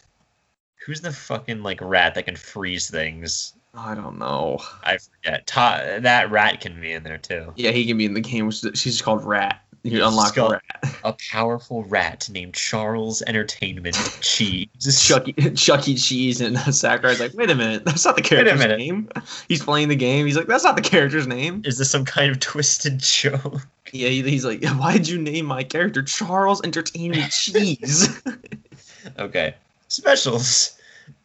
Who's the fucking like rat that can freeze things?
I don't know.
I forget. Ta- that rat can be in there too.
Yeah, he can be in the game. Which is, she's called Rat. You unlock
Skull.
a rat.
A powerful rat named Charles Entertainment Cheese.
Chuck E. Chuck E. Cheese and Sakurai's like, wait a minute, that's not the
a
character's
minute."
name. He's playing the game. He's like, that's not the character's name.
Is this some kind of twisted joke?
Yeah, he- he's like, why did you name my character Charles Entertainment Cheese?
Okay. Specials.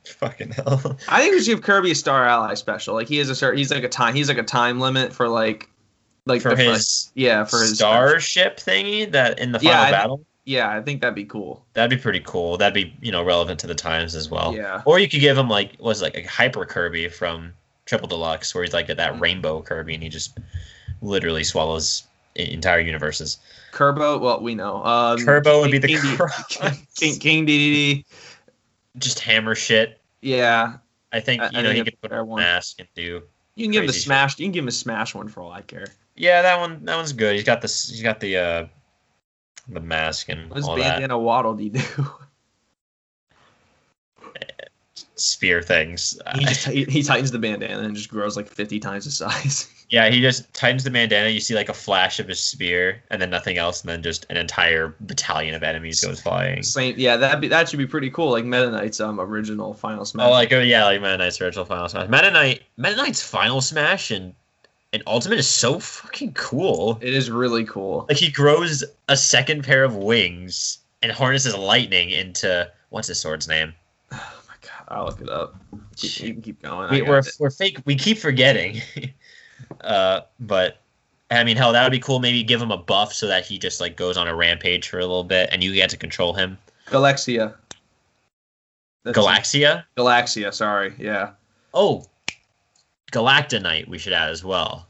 Fucking hell.
I think we should give Kirby a Star Ally special. Like he has a certain, he's like a time, he's like a time limit for like, like
For
the
his
first- yeah, for his
starship thingy that in the
Yeah,
final
I think-
battle.
Yeah, I think that'd be cool.
That'd be pretty cool. That'd be, you know, relevant to the times as well.
Yeah.
Or you could give him like what was it, like a hyper Kirby from Triple Deluxe where he's like that
Mm-hmm.
rainbow Kirby and he just literally swallows e- entire universes.
Kerbo, well, we know. Um,
Turbo would be the
King, D-
cross.
King, King DDD.
just hammer shit.
Yeah,
I think
I-
you
I
know
think
he
it's
could put
fair
on a
one.
mask and do
you can give him the
Crazy shit.
smash. You can give him a smash one for all I care.
Yeah, that one that one's good. He's got this he's got the uh the mask and
What's
all that
bandana waddle do?
spear things.
He just he, he tightens the bandana and just grows like fifty times the size.
Yeah, he just tightens the bandana. You see like a flash of his spear, and then nothing else, and then just an entire battalion of enemies goes flying.
Same, yeah, that be that should be pretty cool. Like Meta Knight's um original Final Smash.
Oh, like oh yeah, like Meta Knight's original Final Smash. Meta Knight, Meta Knight's Final Smash and and Ultimate is so fucking cool.
it is really cool.
Like he grows a second pair of wings and harnesses lightning into what's his sword's name?
Oh my god, I'll look it up. Keep, you can keep going.
we,
I got
we're,
it.
we're fake. We keep forgetting. uh, but I mean, hell, that would be cool. Maybe give him a buff so that he just like goes on a rampage for a little bit, and you get to control him.
Galaxia. That's
Galaxia.
it. Galaxia. Sorry. Yeah.
Oh, Galacta Knight. We should add as well.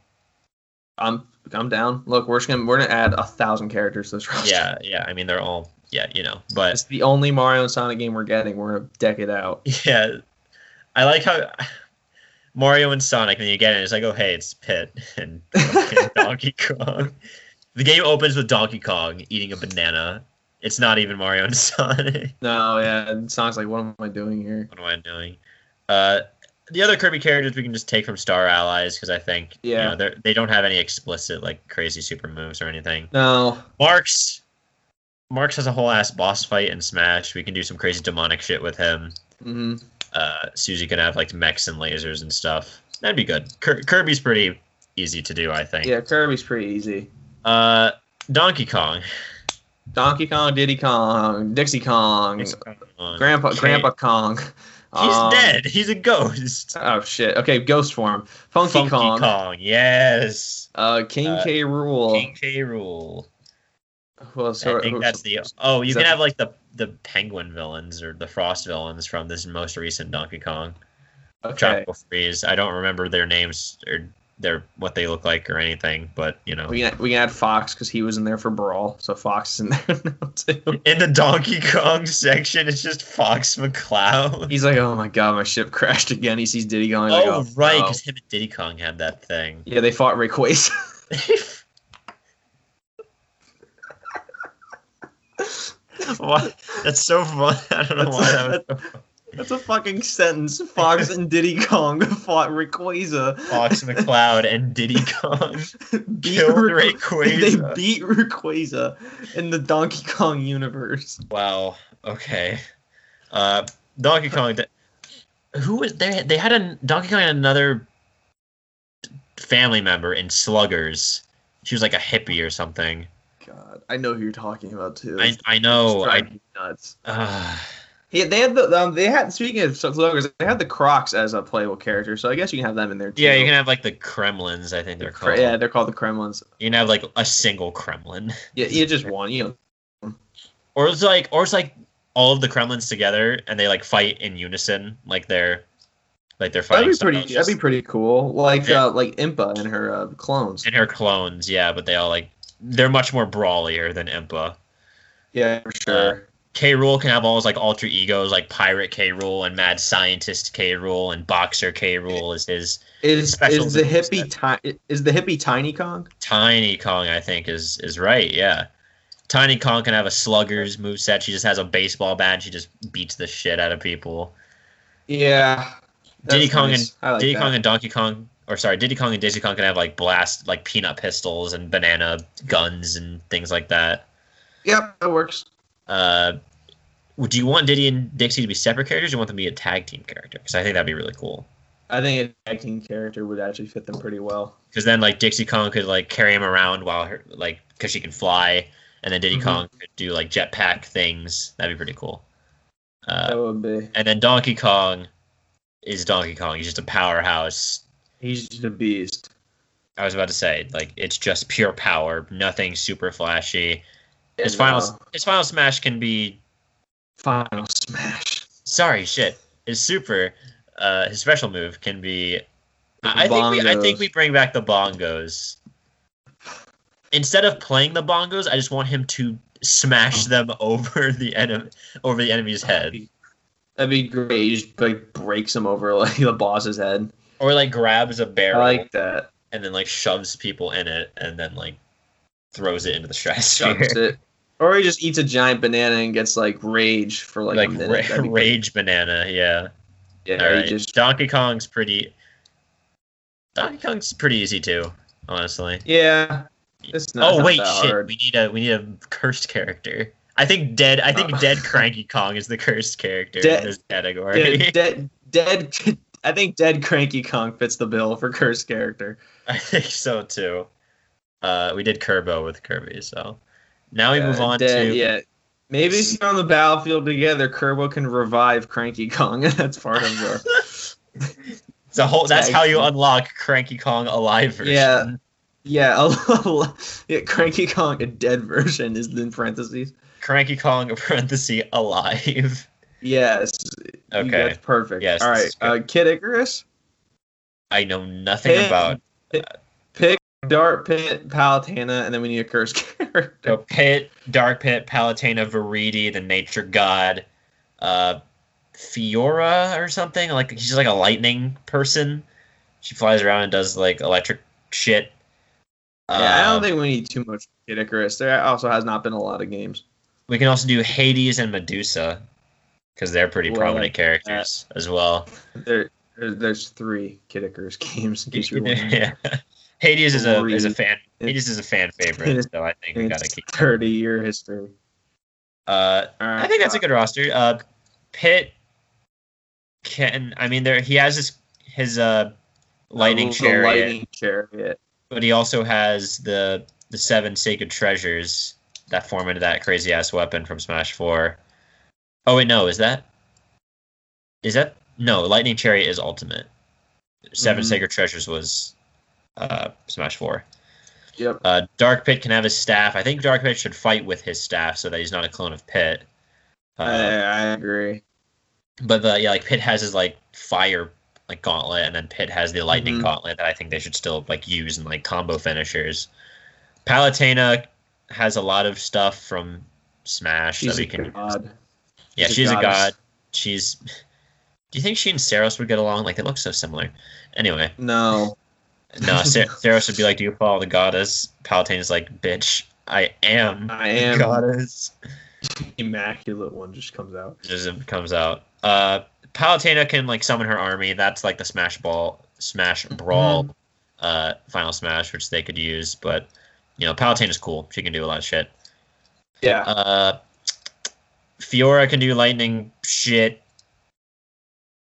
I'm I'm down. Look, we're just gonna we're gonna add a thousand characters to this roster.
Yeah, yeah. I mean, they're all yeah, you know. But
It's the only Mario and Sonic game we're getting. We're gonna deck it out.
yeah, I like how Mario and Sonic. And you get it. It's like, oh hey, it's Pit and fucking Donkey Kong. The game opens with Donkey Kong eating a banana. It's not even Mario and Sonic.
No, yeah. And Sonic's like, what am I doing here?
what am I doing? Uh, the other Kirby characters we can just take from Star Allies because I think
Yeah.
you know, they're- they don't have any explicit like crazy super moves or anything.
No.
Marks, Marks has a whole ass boss fight in Smash. We can do some crazy demonic shit with him.
hmm
Uh, Susie can have like mechs and lasers and stuff. That'd be good. Kir- Kirby's pretty easy to do, I think.
Yeah, Kirby's pretty easy.
Uh, Donkey Kong.
Donkey Kong, Diddy Kong, Dixie Kong, Grandpa
Okay.
Grandpa Kong.
He's
Um,
dead. He's a ghost.
Oh shit. Okay, ghost form. Funky, Kong.
Yes.
Uh, King
Uh,
K. Rule.
King K. Rule.
Well,
I think that's the oh, you
is
can
that-
have like the the penguin villains or the frost villains from this most recent Donkey Kong
okay.
Tropical Freeze. I don't remember their names or their what they look like or anything, but you know,
We can, we can add Fox because he was in there for Brawl, so Fox is in there now too.
in the Donkey Kong section, it's just Fox McCloud.
He's like, oh my god, my ship crashed again. He sees Diddy Kong. he's like,
oh, right,
no."
because him and Diddy Kong had that thing.
Yeah, they fought Rick Waste.
Why- That's so fun. I don't know
That's-
why that was so fun.
That's a fucking sentence. Fox and Diddy Kong fought Rayquaza.
Fox McCloud and Diddy Kong
Beat
killed
Rick-
Rayquaza.
They beat Rayquaza in the Donkey Kong universe.
Wow. Okay. Uh, Donkey Kong. th- Who was they? They had a Donkey Kong had another family member in Sluggers. She was like a hippie or something.
God, I know who you're talking about too.
I
It's
I know. I
driving me nuts.
uh,
Yeah, they had the um, they had speaking of sluggers, they had the Crocs as a playable character, so I guess you can have them in there too.
yeah. You can have like the Kremlins. I think they're
Cra-
called.
yeah, they're called the Kremlins.
You can have like a single Kremlin,
Yeah, you just one, you know.
or it's like or it's like all of the Kremlins together and they like fight in unison, like they're like they're fighting.
That'd be
styles,
pretty.
just-
That'd be pretty cool. Like
Yeah.
uh, like Impa and her uh, clones.
and her clones. Yeah, but they all like they're much more brawlier than Impa.
Yeah, for sure.
K. Rule can have all his like alter egos, like Pirate K. Rule and Mad Scientist K. Rule and Boxer K. Rule is his
Is
special
is the
moves
hippie ti- is the hippie Tiny Kong?
Tiny Kong. I think is is right. Yeah, Tiny Kong can have a Sluggers moveset. She just has a baseball bat. And she just beats the shit out of people.
Yeah.
Diddy Kong
and
Diddy Kong and Donkey Kong or sorry, Diddy Kong and Daisy Kong can have like blast, like peanut pistols and banana guns and things like that.
Yep, that works.
Uh, do you want Diddy and Dixie to be separate characters? Or do you want them to be a tag team character? Because I think that'd be really cool.
I think an acting character would actually fit them pretty well.
Because then like Dixie Kong could like carry him around while her like because she can fly, and then Diddy
Mhm.
Kong could do like jetpack things. That'd be pretty cool. Uh,
That would be.
and then Donkey Kong is Donkey Kong. He's just a powerhouse.
He's just a beast.
I was about to say, like it's just pure power, nothing super flashy. His final
No.
his final smash can be
uh, final smash.
sorry shit. His super uh his special move can be I I think we I think
Bongos.
we bring back the bongos. Instead of playing the bongos, I just want him to smash them over the enemy over the enemy's head.
That'd be great. He just like breaks him over like the boss's head.
Or like grabs a
I
barrel
like that.
and then like shoves people in it and then like throws it into the
Chucks
stratosphere.
it. Or he just eats a giant banana and gets like rage for like,
Like,
a
ra-
minute. That'd be great.
rage banana, yeah.
Yeah,
All
he
right.
just-
Donkey Kong's pretty. Donkey Kong's pretty easy too, honestly.
yeah. It's not,
oh
not
wait,
that
shit.
hard.
We need a we need a cursed character. I think dead. I think
Uh.
dead Cranky Kong is the cursed character
Dead-
in this category.
Dead, dead, dead. I think dead cranky Kong fits the bill for cursed character.
I think so too. Uh, we did Kerbo with Kirby, so now we
Yeah,
move on
dead-
to
yeah. Maybe if you're on the battlefield together, Kerbo can revive Cranky Kong. That's part of the
it's a whole. That's
Tag
how you
team.
unlock Cranky Kong alive version.
Yeah. yeah, a little, yeah. Cranky Kong, a dead version, is in parentheses.
Cranky Kong parenthesis alive.
Yes. you-
Okay.
That's perfect.
Yes,
All
this
right.
is
Uh, Kid Icarus,
I know nothing
Hey.
about.
Pick, Dart, Pit, Palutena, and then we need a cursed character.
So Pit, Dark Pit, Palutena, Viridi, the Nature God, uh, Fiora or something. Like she's like a lightning person. She flies around and does like electric shit.
yeah, I
Um,
don't think we need too much Kid Icarus. There also has not been a lot of games.
we can also do Hades and Medusa because they're pretty
Well,
prominent
like
characters as well.
There, there- there's three Kid Icarus games. In case you're wondering.
yeah. Hades is a is a
Reed.
fan. Hades is a fan favorite, so I think we gotta
It's
keep.
30 year history.
Uh,
All right.
I think that's a good roster. Uh, Pitt can. I mean, there he has his his uh, lightning
Oh, The
chariot,
Lightning chariot.
but he also has the the seven sacred treasures that form into that crazy ass weapon from Smash Four. Oh wait, no, is that is that no? Lightning chariot is ultimate. 7
Mhm.
sacred treasures was uh, Smash Four.
Yep.
Uh, Dark Pit can have his staff. I think Dark Pit should fight with his staff so that he's not a clone of Uh, Pit.
I, I agree.
But the yeah, like Pitt has his like fire like gauntlet, and then Pitt has the lightning
Mhm.
gauntlet that I think they should still like use in like combo finishers. Palutena has a lot of stuff from Smash
She's
that we
a
can.
god.
Yeah,
She's a
she's a
goddess.
god. She's. Do you think she and Saros would get along? Like they look so similar. Anyway,
No.
no, Sar- Saros would be like, "Do you follow the goddess?" Palutena's like, "Bitch, I am."
I
the
am.
goddess.
Immaculate one just comes out.
just it comes out. Uh, Palutena can like summon her army. That's like the Smash Ball, Smash Brawl,
Mm-hmm.
uh, Final Smash, which they could use. But you know, Palutena's cool. She can do a lot of shit.
Yeah.
Uh, Fiora can do lightning shit.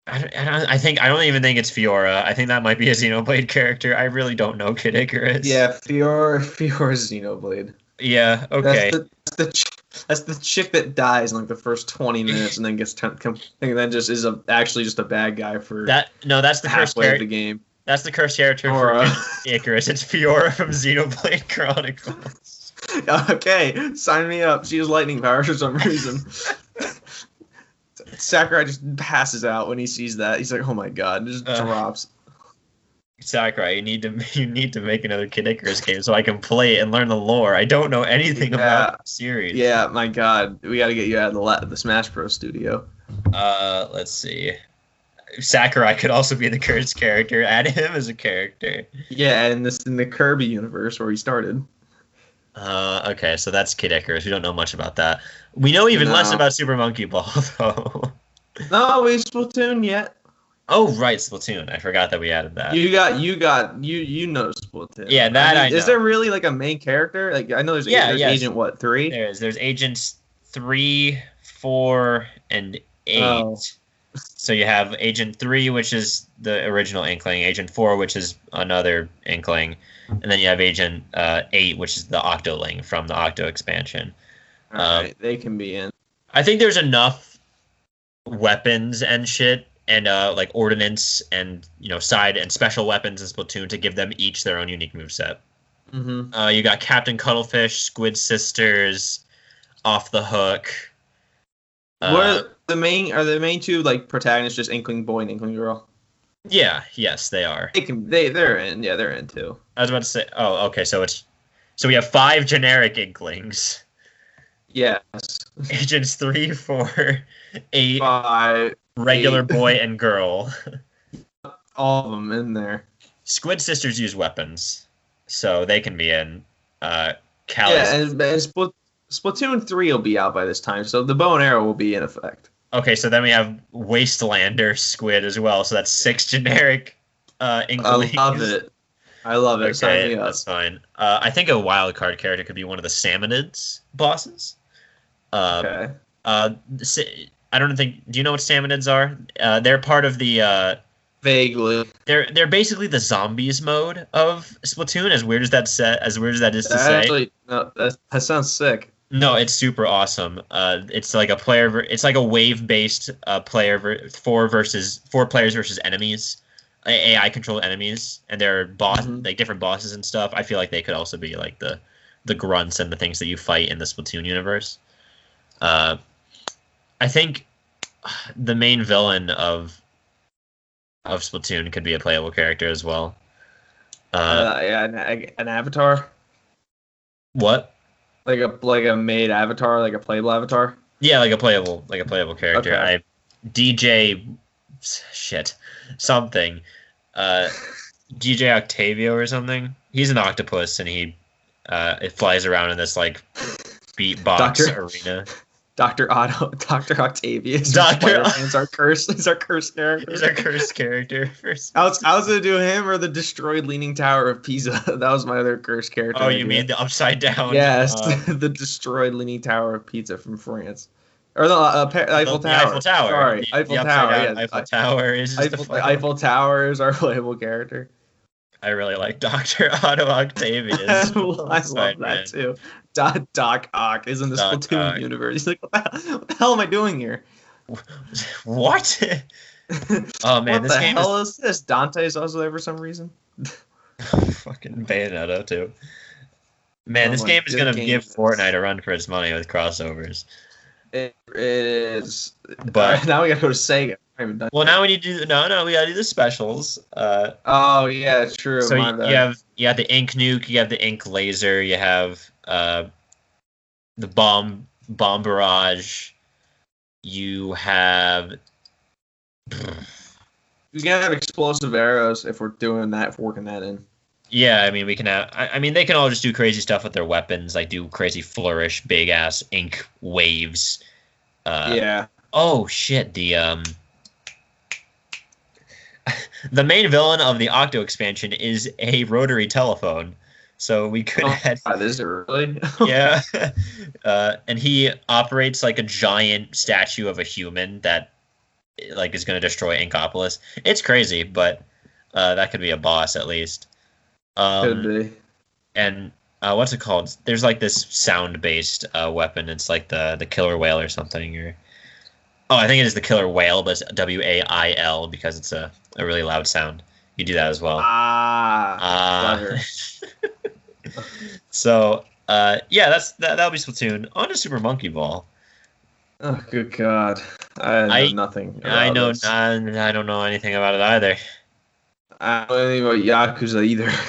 I, don't, I, don't, I think I don't even think it's Fiora. I think that might be a Xenoblade character. I really don't know Kid Icarus.
yeah, Fiora, Fiora's Xenoblade.
Yeah. Okay.
That's the, that's the ch- that's the chick that dies in like the first 20 minutes and then gets turned com- and then just is a, actually just a bad guy for
that no. That's the first
halfway of the
character.
game.
That's the cursed character for
Fiora.
Kid Icarus. It's Fiora from Xenoblade Chronicles.
uh, okay, sign me up. She has lightning powers for some reason. Sakurai just passes out when he sees that. He's like, "Oh my god!" and just
Uh.
drops.
Sakurai, you need to you need to make another Kid Icarus game so I can play it and learn the lore. I don't know anything
Yeah.
about the series.
Yeah, my god, we got to get you out of the la- the Smash Bros. studio.
Uh, let's see. Sakurai could also be the cursed character. Add him as a character.
Yeah, and this in the Kirby universe where he started.
Uh, okay, so that's Kid Icarus. We don't know much about that. We know even less
No.
about Super Monkey Ball though.
No, we Splatoon yet.
Oh right, Splatoon. I forgot that we added that.
You got you got you you know Splatoon.
Yeah, that I
Is
know.
there really like a main character? Like I know there's,
Yeah,
there's
yes.
Agent what three?
there is. There's agents three, four, and eight.
Oh.
So you have Agent three, which is the original Inkling. Agent four, which is another Inkling, and then you have Agent uh, eight, which is the Octoling from the Octo expansion.
All
um,
right, they can be in.
I think there's enough weapons and shit and uh like ordnance and you know side and special weapons in Splatoon to give them each their own unique moveset.
Mm-hmm.
Uh you got Captain Cuttlefish, Squid Sisters, Off the Hook. Uh,
What the main are the main two like protagonists just Inkling Boy and Inkling Girl?
yeah, yes, they are.
They can they they're in. Yeah, they're in too.
I was about to say oh, okay, so it's so we have five generic inklings.
Yes.
Agents three, four, eight,
Five
regular
eight.
boy and girl.
all of them in there.
Squid Sisters use weapons, so they can be in. Uh, Callus.
Yeah, and, and Spl- Splatoon three will be out by this time, so the bow and arrow will be in effect.
Okay, so then we have Wastelander Squid as well. So that's six generic uh,
I
Inklings.
love it. I love it. Sign
Okay,
me up.
that's fine. Uh, I think a wild card character could be one of the Salmonids bosses. Uh,
Okay.
uh, s- I don't think. Do you know what Salmonids are? Uh, they're part of the. Uh,
Vaguely.
they're they're basically the zombies mode of Splatoon. As weird as that set, as weird as that is to
That
say.
actually, no, that, that sounds sick.
No, it's super awesome. Uh, it's like a player. Ver- it's like a wave-based uh, player ver- four versus four players versus enemies, AI controlled enemies, and they're boss
Mhm.
like different bosses and stuff. I feel like they could also be like the the grunts and the things that you fight in the Splatoon universe. Uh, I think the main villain of of Splatoon could be a playable character as well. Uh,
Uh, yeah, an, an avatar,
what?
like a like a made avatar, like a playable avatar.
Yeah, like a playable, like a playable character.
Okay.
I DJ shit something, uh, DJ Octavio or something. He's an octopus and he uh, it flies around in this like beatbox
Doctor-
arena.
Doctor Otto, Doctor Octavius.
Dr.
Spider-Man's our curse. Is our curse character.
He's our cursed character. First.
I was, I was gonna do him or the destroyed leaning tower of Pisa. that was my other curse character.
Oh,
idea.
you mean the upside down?
yes,
uh,
the destroyed leaning tower of pizza from France, or the uh, Pa- Eiffel
the- the
Tower.
Eiffel Tower.
Sorry,
The- the
Eiffel
upside
Tower.
down
yes.
Eiffel Tower is just a
Eiffel,
fucking-
Eiffel Tower is our playable character.
I really like Doctor Otto Octavius.
I love
Spider-Man.
that too. Doc, Doc Ock is in the
Doc
Splatoon
Ock.
universe. He's like, what the, what the hell am I doing here?
What? oh man,
what
this
the
game is
hell is this? Dante is also there for some reason.
Fucking Bayonetta too. Man,
Oh
this
my
game is
good
gonna
game
give
is-
Fortnite a run for its money with crossovers.
It is.
But
now we gotta go to Sega. I haven't done
well, now we need to do no, no, we gotta do the specials. Uh,
Oh yeah, true.
so
my
you,
bad.
you have you have the ink nuke, you have the ink laser, you have uh, the bomb bomb barrage, you have
we gotta have explosive arrows if we're doing that, if we're working that in.
Yeah, I mean, we can have. I, I mean, they can all just do crazy stuff with their weapons, like do crazy flourish, big ass ink waves. Uh,
yeah.
Oh shit! The um, the main villain of the Octo expansion is a rotary telephone, so we could
Oh,
have.
God, is it really?
Yeah, uh, and he operates like a giant statue of a human that, like, is going to destroy Inkopolis. It's crazy, but uh, that could be a boss at least. Um,
Could be.
and uh, what's it called? There's like this sound based uh, weapon. It's like the the killer whale or something. Or oh, I think it is the killer whale, but it's W A I L because it's a, a really loud sound. You do that as well.
Ah.
Uh,
clever.
so uh, yeah, that's that, that'll be Splatoon. On to Super Monkey Ball.
oh, good God. I know
I-
nothing.
I
about
know
this.
I, I don't know anything about it either.
I don't know anything about Yakuza either.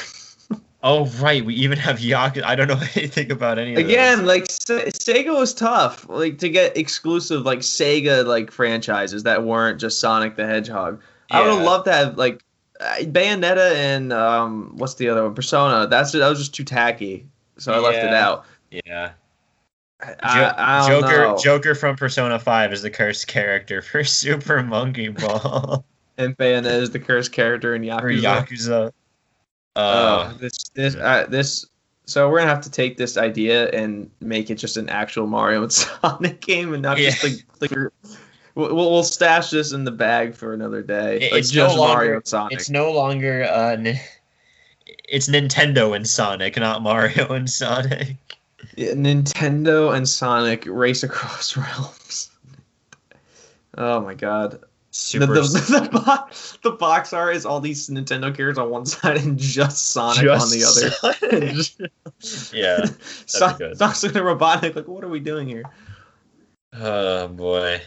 Oh right, we even have Yakuza. I don't know anything about any of those.
Again, like Se- Sega was tough, like to get exclusive like Sega like franchises that weren't just Sonic the Hedgehog. I would have
Yeah.
loved to have like uh, Bayonetta and um what's the other one? Persona. That's that was just too tacky, so I left it
Yeah.
out.
Yeah.
I,
Jo-
I, I don't
Joker
know.
Joker from Persona 5 is the cursed character for Super Monkey Ball.
and Bayonetta is the cursed character in
Or
Yakuza.
Yakuza. Uh,
Uh, this this
yeah.
uh, this. So we're gonna have to take this idea and make it just an actual Mario and Sonic game, and not
Yeah.
just like, like we'll, we'll we'll stash this in the bag for another day.
It-
Like,
it's
just
no longer-
Mario and Sonic.
it's no longer. Uh, n- it's Nintendo and Sonic, not Mario and Sonic.
Yeah, Nintendo and Sonic race across realms. Oh my god. The,
Super.
the, the, box, the box art is all these Nintendo characters on one side and just Sonic
just
on the other.
Sonic. yeah.
Son-
good.
Sonic's looking robotic. Like, what are we doing here?
Oh boy.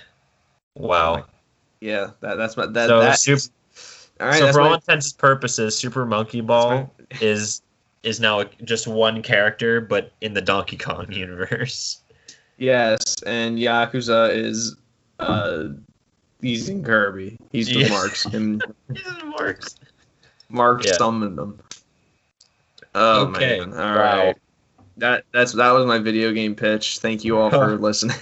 Wow.
Yeah, that, that's my that.
So
that-
Sup-
all right,
so
that's
for all
my,
intents and purposes, Super Monkey Ball is is now just one character, but in the Donkey Kong universe.
yes, and Yakuza is uh, he's in Kirby. He's the
Yeah.
marks, and
it works.
Mark
Yeah.
summoned them. Oh
Okay,
man! All right.
wow.
that that's that was my video game pitch. Thank you all for
Huh.
listening.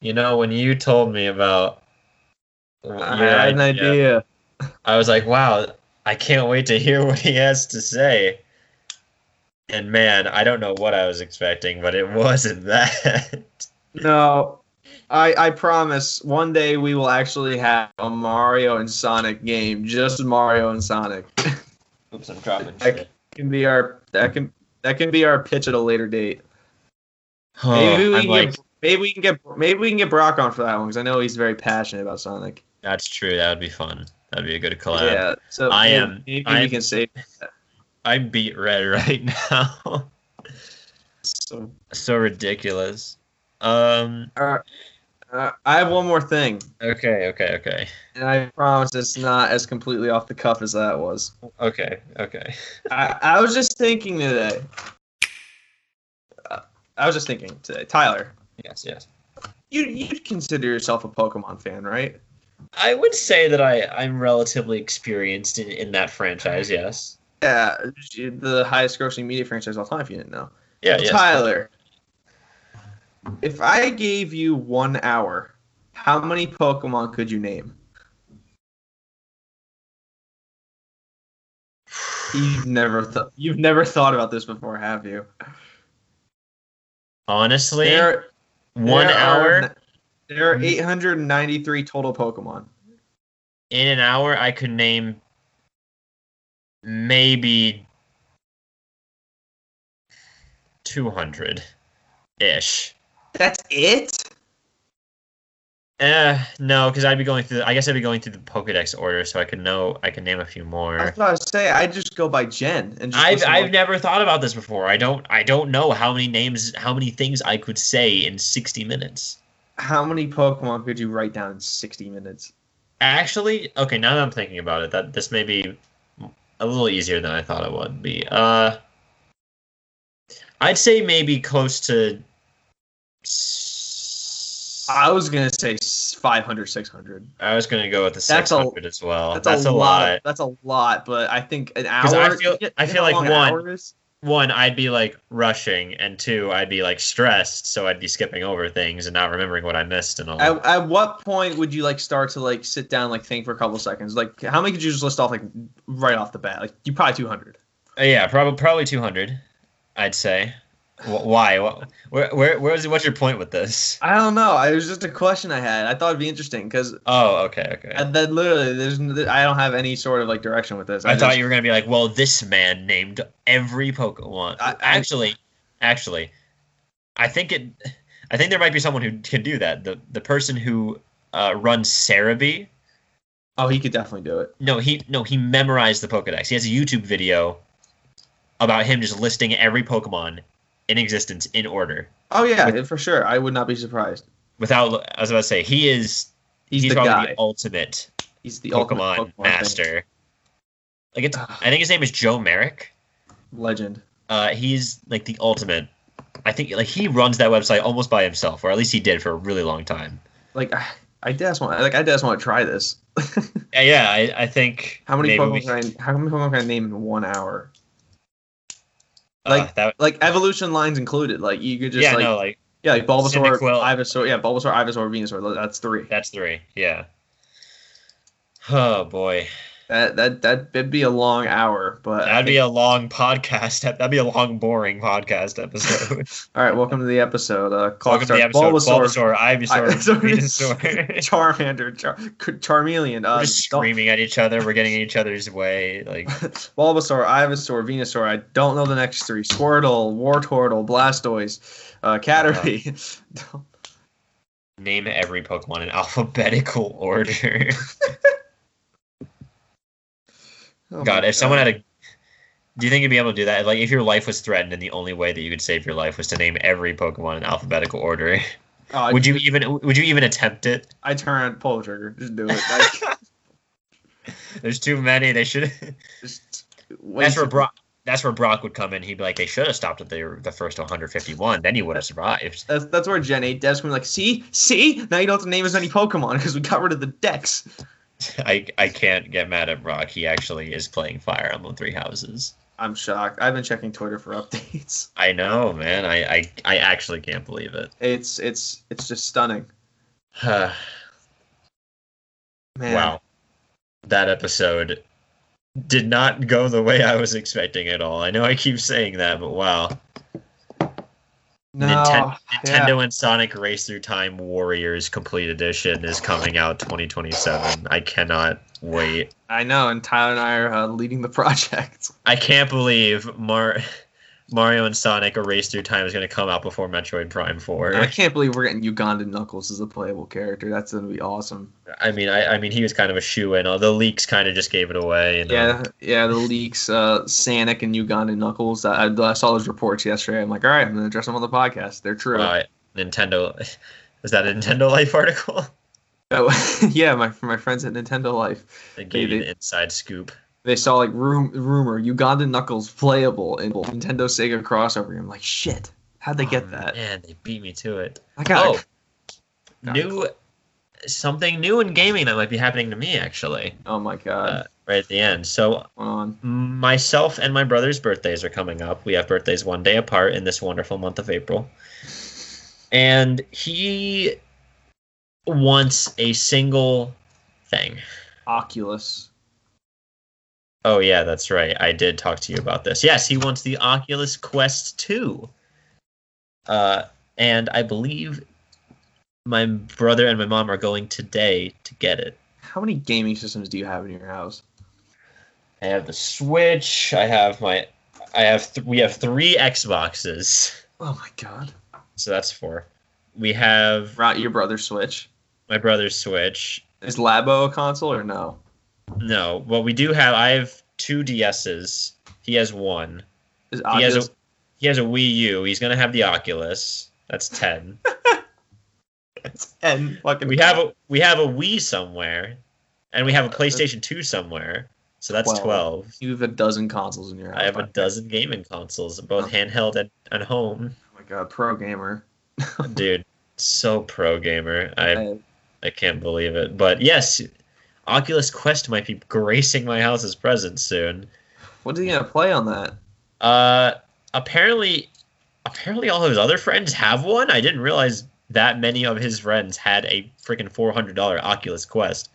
You know, when you told me about your
I had an idea.
I was like, wow, I can't wait to hear what he has to say. And man, I don't know what I was expecting, but it wasn't that.
No, I I promise. One day we will actually have a Mario and Sonic game. Just Mario and Sonic.
Oops, I'm dropping
I- can be our that can that can be our pitch at a later date. maybe we
Oh, I'm
can
like,
get maybe we can get maybe we can get Brock on for that one because I know he's very passionate about Sonic.
that's true. That would be fun. That'd be a good collab.
Yeah, so
I
maybe-
am-
Maybe
I
we
am-
can save
I'm beat red right now.
some
so ridiculous. Um.
Uh, uh, I have one more thing,
Okay. Okay. Okay.
and I promise it's not as completely off the cuff as that was.
Okay. Okay.
I, I was just thinking today. Uh, I was just thinking today, Tyler.
Yes. Yes.
You you'd consider yourself a Pokemon fan, right?
I would say that I I'm relatively experienced in, in that franchise. Yes.
Yeah, the highest grossing media franchise of all time. If you didn't know,
Yeah. Yes.
Tyler. If I gave you one hour, how many Pokemon could you name? You've never thought you've never thought about this before, have you?
Honestly,
There-
one
there
hour Hmm.
Are, there are 893 total Pokemon.
in an hour, I could name maybe two hundred ish.
That's it.
Eh, no, because I'd be going through. I guess I'd be going through the Pokedex order, so I could know. I could name a few
I
more.
thought I would say I just go by Gen and just
I've
listen to
I've never thought about this before. I don't I don't know how many names, how many things I could say in sixty minutes.
how many Pokemon could you write down in 60 minutes?
Actually, okay, now that I'm thinking about it, that this may be a little easier than I thought it would be. Uh, I'd say maybe close to. s-
I was gonna say s- 500, 600.
I was gonna go with the
That's a-
six hundred as well. That's, a, lot.
That's a lot, but I think an hour.
'Cause I feel-
you know
I feel
how
like
long an
one-
hour is?
One, I'd be like rushing, and two, I'd be like stressed, so I'd be skipping over things and not remembering what I missed and all. that.
At, at what point would you like start to like sit down, like think for a couple seconds? Like how many could you just list off like right off the bat? Like you probably two hundred.
Uh, yeah, probably probably two hundred. I'd say. Wh- Why? Wh- Where? Where? Where's? What's your point with this?
I don't know. It was just a question I had. I thought it'd be interesting because
Oh, okay, okay. I,
that literally there's n- I don't have any sort of like direction with this.
thought
just-
you were gonna be like, well, this man named every Pokemon.
I- I-
actually, actually, I think it. I think there might be someone who can do that. The the person who uh, runs Cerebi.
Oh, he could definitely do it.
No, he no he memorized the Pokedex. He has a YouTube video about him just listing every Pokemon in existence in order.
Oh yeah, for sure. I would not be surprised.
Without, I was about to say, he is
He's, the
probably
guy.
the ultimate
he's the ultimate
Pokemon,
Pokemon fan.
master. Like it's, I think his name is Joe Merrick.
legend.
Uh, he's like the ultimate. I think like he runs that website almost by himself, or at least he did for a really long time.
Like I, I just want like I just want to try this.
Uh, yeah, I, I think.
How many
maybe
Pokemon
we-
can I, how many Pokemon can I name in one hour?
uh,
like-
that,
Like evolution lines included. Like you could just
yeah,
like
no, like
yeah, like Bulbasaur,
Cyndaquil.
Ivysaur, yeah, Bulbasaur, Ivysaur, Venusaur. That's three.
that's three. Yeah. Oh boy,
That that that'd be a long hour, but
that'd be a long podcast. ep- That'd be a long, boring podcast episode.
all right. Welcome to the episode. Uh, clock
Welcome to the episode.
starts.
Bulbasaur,
I-
Ivysaur, Venusaur.
Charmander, Char- Charmeleon,
We're
uh,
just
Dol-
screaming at each other. We're getting in each other's way. Like
Bulbasaur, Ivysaur, Venusaur. I don't know the next three: Squirtle, Wartortle, Blastoise, uh,
Oh,
Caterpie.
name every Pokemon in alphabetical order.
Oh
God,
my
if someone had a, do you think you'd be able to do that? Like, if your life was threatened and the only way that you could save your life was to name every Pokemon in alphabetical order,
Oh, I-
would you even would you even attempt it?
I turn pull the trigger. Just do it. Like,
There's too many. They should.
just way
That's
too-
where Brock. That's where Brock would come in. He'd be like, "They should have stopped at the the first 151. Then you would have survived."
That's, that's where Gen 8 devs can be like, see, see, now you don't have to name as many Pokemon because we got rid of the decks.
I I can't get mad at Brock. He actually is playing Fire Emblem Three Houses.
I'm shocked. I've been checking Twitter for updates.
I know, man. I I, I actually can't believe it.
It's it's it's just stunning. Man.
Wow. That episode did not go the way I was expecting at all. I know I keep saying that, but wow.
No,
Ninten-
yeah.
Nintendo and Sonic Race Through Time Warriors Complete Edition is coming out 2027. I cannot wait.
I know, and Tyler and I are uh, leading the project.
I can't believe Mar- Mario and Sonic A Race Through Time is going to come out before Metroid Prime 4.
I can't believe we're getting Ugandan Knuckles as a playable character. That's gonna be awesome.
I mean, I, I mean, he was kind of a shoe in. The leaks kind of just gave it away. uh, You know?
Yeah, yeah. The leaks, uh, Sanic and Ugandan Knuckles. I, I saw those reports yesterday. I'm like, all right, I'm gonna address them on the podcast. They're true.
Wow, uh, Nintendo. Is that a Nintendo Life article?
Oh, yeah, my my friends at Nintendo Life.
They gave you
Maybe.
the inside scoop.
they saw like room, rumor Ugandan Knuckles playable in Nintendo Sega crossover. I'm like, shit, how'd they get
Oh,
that?
Man, they beat me to it.
I got
oh,
got it.
new something new in gaming that might be happening to me actually.
oh my god,
Uh, right at the end. So
what's going on?
myself and my brother's birthdays are coming up. We have birthdays one day apart in this wonderful month of April. And he wants a single thing.
Oculus.
Oh yeah, that's right. I did talk to you about this. Yes, he wants the Oculus Quest 2. Uh, and I believe my brother and my mom are going today to get it.
How many gaming systems do you have in your house?
I have the Switch. I have my. I have. Th- we have three Xboxes,
Oh my god,
so that's four. We have
Route your brother's Switch.
my brother's Switch.
Is Labo a console or no?
No, but we do have. I have two DSs. He has one.
Is
He has
Oculus?
a. He has a Wii U. He's gonna have the Oculus. That's ten.
and fucking
we have a we have a Wii somewhere, and we have a PlayStation Two somewhere. So that's
Twelve.
twelve.
you have a dozen consoles in your house.
I have a
oh
dozen gaming consoles, both handheld and, and home.
Oh my god, pro gamer.
Dude, so pro gamer. I
I-
I can't believe it. But yes, Oculus Quest might be gracing my house as present soon.
What are you gonna play on that?
Uh, apparently, apparently all his other friends have one. I didn't realize that many of his friends had a freaking four hundred dollar Oculus Quest.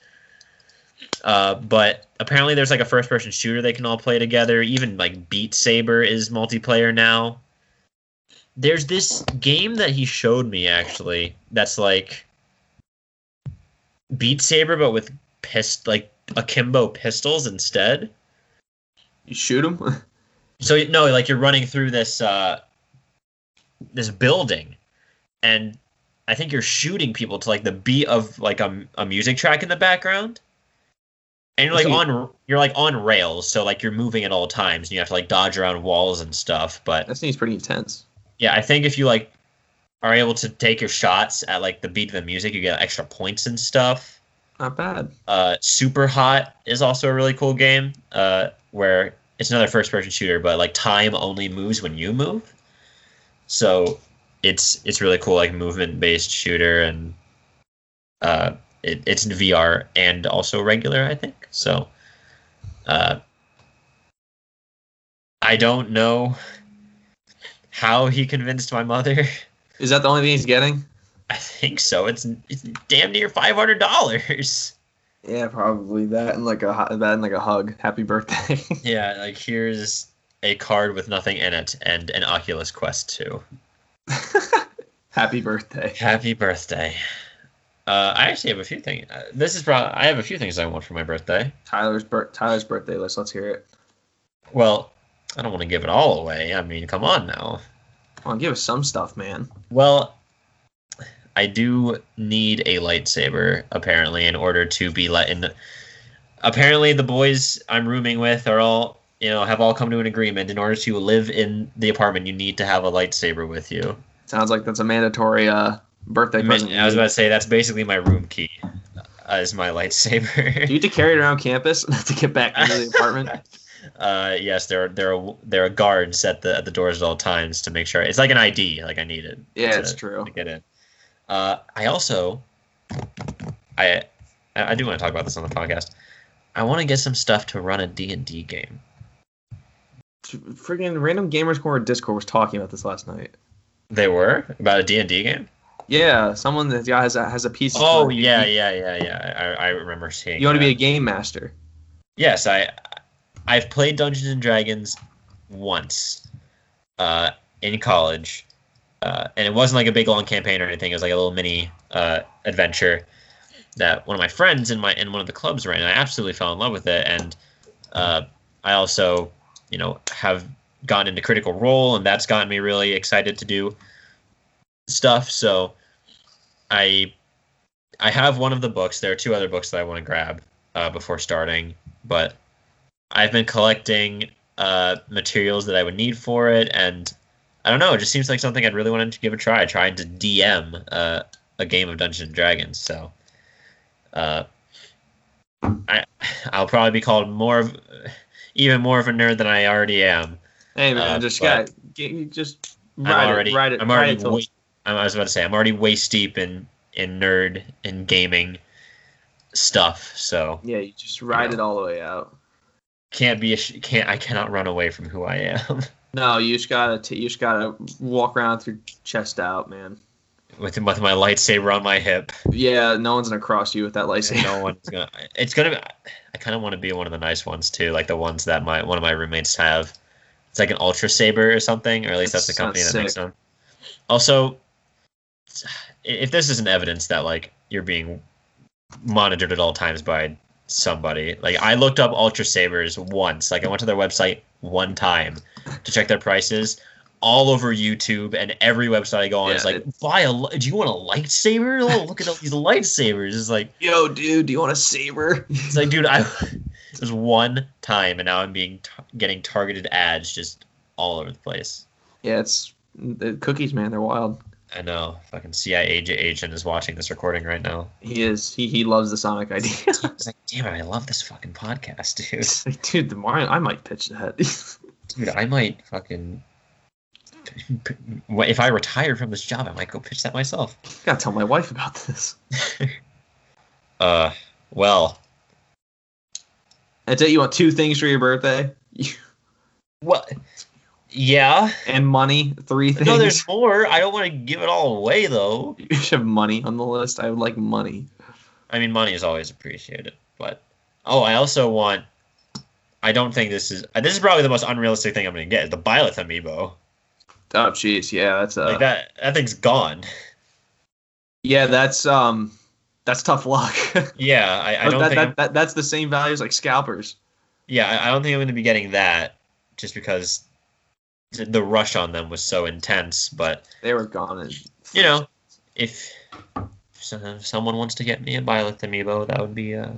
Uh, but apparently there's like a first person shooter they can all play together. Even like Beat Saber is multiplayer now. There's this game that he showed me actually that's like Beat Saber but with pist like akimbo pistols instead.
You shoot them?
So no, like you're running through this uh, this building, and I think you're shooting people to like the beat of like a, a music track in the background, and you're like
Okay.
on you're like on rails, so like you're moving at all times, and you have to like dodge around walls and stuff. But
that seems pretty intense.
yeah, I think if you like are able to take your shots at like the beat of the music, you get extra points and stuff.
Not bad.
Uh, Super Hot is also a really cool game uh, where it's another first-person shooter, but like time only moves when you move. So it's it's really cool, like movement-based shooter, and uh, it, it's in VR and also regular, I think. So uh, I don't know how he convinced my mother.
Is that the only thing he's getting?
I think so. It's it's damn near five hundred dollars.
Yeah, probably that and like a hu- that and like a hug. Happy birthday.
Yeah, like here's a card with nothing in it and an Oculus Quest 2.
Happy birthday.
Happy birthday. Uh, I actually have a few things. Uh, this is probably I have a few things I want for my birthday.
Tyler's bir- Tyler's birthday list. Let's hear it.
Well, I don't want to give it all away. I mean, come on now.
Come on, give us some stuff, man.
Well, I do need a lightsaber apparently in order to be let in. The, apparently, the boys I'm rooming with are all you know have all come to an agreement. In order to live in the apartment, you need to have a lightsaber with you.
Sounds like that's a mandatory uh birthday
Ma-
present.
I was about to say that's basically my room key, uh, is my
Do
lightsaber.
you have to carry it around campus to get back into the apartment?
uh, yes, there are there are there are guards at the at the doors at all times to make sure it's like an ID. Like I need it.
Yeah,
to-
it's true.
to get in. Uh, I also, I, I I do want to talk about this on the podcast. I want to get some stuff to run a D and D game.
Freaking random gamers corner Discord was talking about this last night.
They were about a D and D game.
Yeah, someone that yeah, has a, has a piece. of
Oh
code.
yeah, yeah, yeah, yeah. I, I remember seeing.
You want to be a
that.
game master?
Yes, I, I've played Dungeons and Dragons once, uh, in college, uh, and it wasn't like a big long campaign or anything. It was like a little mini uh, adventure that one of my friends in my in one of the clubs ran, and I absolutely fell in love with it. And uh, I also, you know, have gotten into Critical Role, and that's gotten me really excited to do stuff. So, I, I have one of the books. There are two other books that I want to grab uh, before starting, but I've been collecting uh, materials that I would need for it, and I don't know. It just seems like something I'd really wanted to give a try. Trying to DM uh, a game of Dungeons and Dragons, so uh, I I'll probably be called more of even more of a nerd than I already am.
Hey man,
Uh,
just
but-
got get, just
I'm
ride
already
it, ride it,
I'm
ride
already
it till-
wa- I was about to say I'm already waist deep in in nerd and gaming stuff, so
yeah, you just ride it all the way out.
can't be a sh- can't I cannot run away from who I am.
No, you just gotta t- you just gotta walk around with your chest out, man.
with with my lightsaber on my hip.
Yeah, no one's gonna cross you with that lightsaber.
No one's gonna. It's gonna. Be, I kind of want to be one of the nice ones too, like the ones that my one of my roommates have. It's like an ultra saber or something, or at least that's the
That sounds
company that makes
sick.
them. Also, if this isn't evidence that like you're being monitored at all times by somebody, like I looked up ultra sabers once, like I went to their website one time to check their prices. All over YouTube and every website I go on
Yeah,
is like, buy a. li- Do you want a lightsaber? Oh, look at all these lightsabers. It's like,
Yo, dude, do you want a saber?
it's like, dude, I it was one time, and now I'm being tar- getting targeted ads just all over the place.
yeah, it's the cookies, man. They're wild.
I know, fucking CIA j- agent is watching this recording right now.
He is. He he loves the Sonic idea.
It's like, damn it, I love this fucking podcast, dude.
It's like, dude, tomorrow I might pitch that.
Dude, I might fucking. If I retire from this job, I might go pitch that myself.
gotta tell my wife about this.
Uh, well,
That's it. You want two things for your birthday
what? Yeah.
and money. Three things.
No, there's more. I don't want to give it all away though.
You should have money on the list. I would like money.
I mean, money is always appreciated, but oh, I also want. I don't think this is. uh, This is probably the most unrealistic thing I'm going to get. Is the Byleth amiibo?
Oh, jeez, yeah, that's uh,
like that. That thing's gone.
yeah, that's um, that's tough luck.
Yeah, I, I don't
Oh, that,
think.
that, that, that's the same value as like scalpers.
yeah, I, I don't think I'm going to be getting that, just because th- the rush on them was so intense. But
They were gone. And,
you know, if, if some- if someone wants to get me a Byleth amiibo, that would be, uh,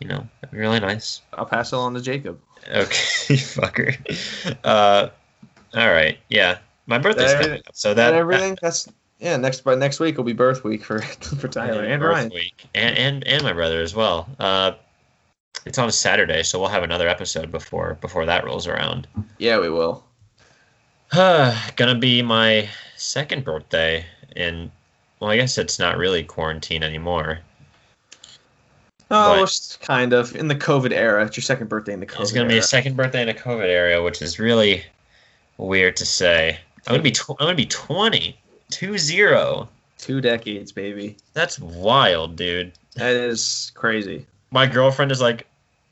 you know, that'd be really nice.
I'll pass it on to Jacob.
Okay, fucker. Uh, all right. Yeah, my birthday's
That-
coming up, so
That,
that
everything. that's yeah. Next by next week will be birth week for for Tyler and
Earth
Ryan.
Week, and, and and my brother as well. Uh, it's on a Saturday, so we'll have another episode before before that rolls around.
Yeah, we will.
Gonna be my second birthday in. Well, I guess it's not really quarantine anymore.
Oh,
But-
it's kind of in the COVID era. It's your second birthday in the COVID.
It's gonna be
era.
a second birthday in a COVID area, which is really weird to say. I'm gonna be tw- I'm gonna be 20, two zero.
two decades, baby.
That's wild, dude.
That is crazy.
my girlfriend is like,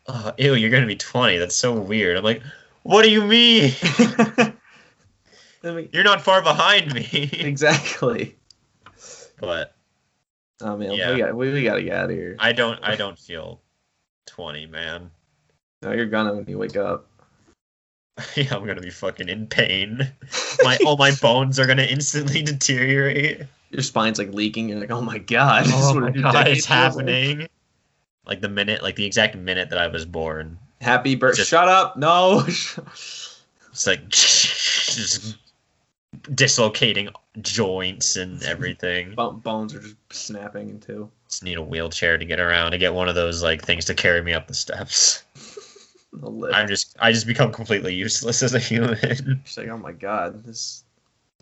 oh, ew, you're gonna be 20. That's so weird. I'm like, what do you mean?
I mean,
you're not far behind me.
exactly.
but
Oh man,
Yeah.
we got we, we gotta get out of here.
I don't I don't feel 20, man.
No, you're gonna when you wake up.
yeah, I'm gonna be fucking in pain. My all my bones are gonna instantly deteriorate.
Your spine's like leaking. You're like, oh my god, this is
Oh
what
my
a new
god,
decade
it's
feels like."
happening. Like the minute, like the exact minute that I was born.
Happy birthday!
Just-
Shut up! No.
It's like just dislocating joints and everything.
Bo- Bones are just snapping in two.
Just need a wheelchair to get around to get one of those like things to carry me up the steps.
The lip.
I'm just I just become completely useless as a human.
She's like, oh my god, this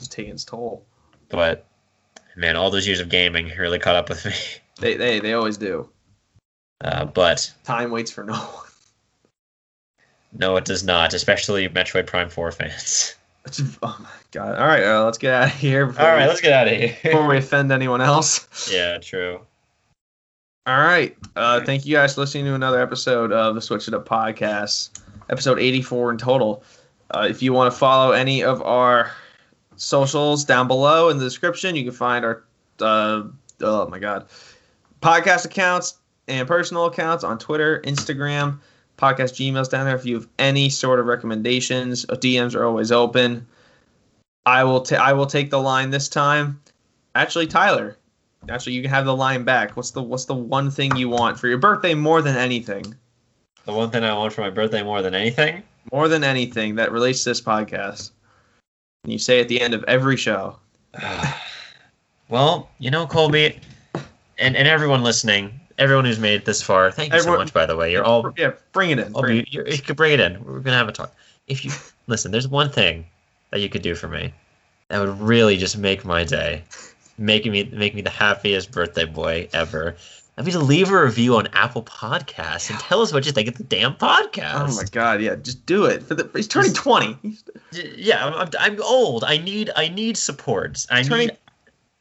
is taking its toll.
But man, all those years of gaming really caught up with me.
They they they always do.
Uh, but
Time waits for no one.
no, it does not. Especially Metroid Prime Four fans.
It's- oh my god. All right, uh, let's get out of here. Before
All right,
we-
let's get out of here.
before we offend anyone else.
yeah, true.
All right. Uh, thank you guys for listening to another episode of the Switch It Up podcast, episode 84 in total. Uh, if you want to follow any of our socials down below in the description, you can find our, uh, oh my God, podcast accounts and personal accounts on Twitter, Instagram, podcast Gmails down there. If you have any sort of recommendations, uh, DMs are always open. I will, ta- I will take the line this time. Actually, Tyler, Actually, you can have the line back. What's the What's the one thing you want for your birthday more than anything?
The one thing I want for my birthday more than anything.
More than anything that relates to this podcast. And you say at the end of every show.
well, you know, Colby, and, and everyone listening, everyone who's made it this far, thank you
Everyone-
so much. By the way, you're all,
yeah, bring it in.
all
bring
you, you, you could bring it in. We're gonna have a talk. If you listen, there's one thing that you could do for me that would really just make my day, making me make me the happiest birthday boy ever. That'd be to leave a review on Apple Podcasts and tell us what you think of the damn podcast.
Oh my god, yeah, just do it. For the, he's turning
Just-
twenty. He's
yeah I'm, I'm, I'm old i need i need supports i
Turning-
need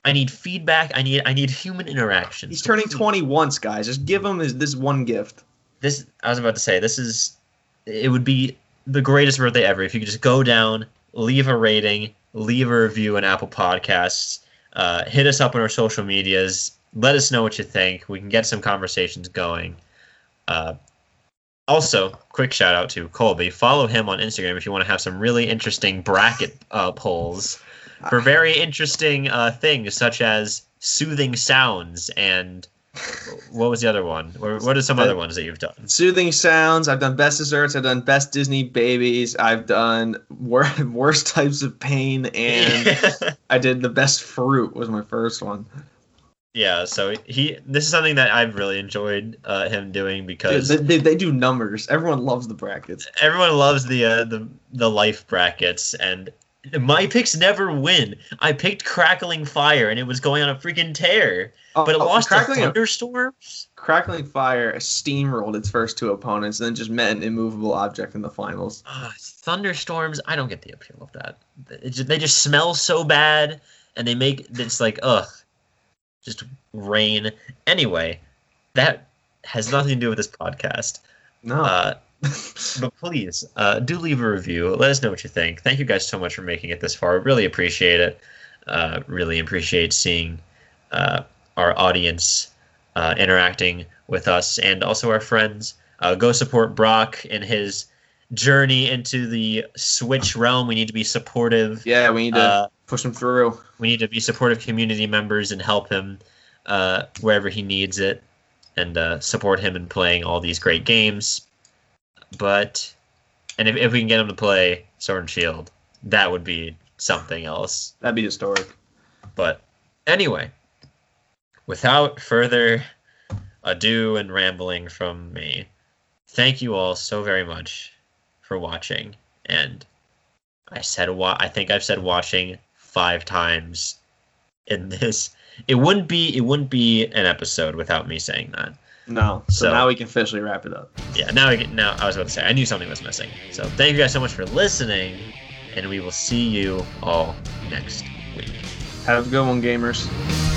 i need feedback i need i need human interaction
he's
So
turning
please-
twenty once, guys. Just give him his, this one gift.
this i was about to say this is it would be the greatest birthday ever if you could just go down leave a rating leave a review on apple podcasts uh, hit us up on our social medias let us know what you think we can get some conversations going uh, also quick shout out to colby follow him on instagram if you want to have some really interesting bracket uh, polls for very interesting uh, things such as soothing sounds and what was the other one? Or What are some other ones that you've done?
Soothing sounds. I've done best desserts. I've done best Disney babies. I've done wor- worst types of pain, and I did the best fruit was my first one.
yeah, so he this is something that I've really enjoyed uh, him doing
Dude,
because
they, they, they do numbers. Everyone loves the brackets.
everyone loves the uh, the the life brackets and my picks never win. I picked Crackling Fire and it was going on a freaking tear,
Oh,
but it
oh,
lost to
crackling,
thunderstorms.
crackling fire steamrolled its first two opponents, and then just met an immovable object in the finals.
Ah, thunderstorms. I don't get the appeal of that. It ju- they just smell so bad, and they make it's like ugh, just rain. Anyway, that has nothing to do with this podcast.
No,
Uh, but please uh, do leave a review. Let us know what you think. Thank you guys so much for making it this far. Really appreciate it. Uh, really appreciate seeing uh, our audience uh, interacting with us and also our friends. Uh, go support Brock in his journey into the Switch realm. We need to be supportive.
yeah, we need to
Uh,
push him through.
we need to be supportive community members and help him uh, wherever he needs it and uh, support him in playing all these great games but and if, if we can get him to play sword and shield that would be something else
That'd be historic.
but anyway without further ado and rambling from me thank you all so very much for watching and i said wa- i think i've said watching five times in this it wouldn't be it wouldn't be an episode without me saying that
No, so,
So-
now we can officially wrap it up.
yeah now i get now i was about to say i knew something was missing so thank you guys so much for listening and we will see you all next week
Have a good one, gamers.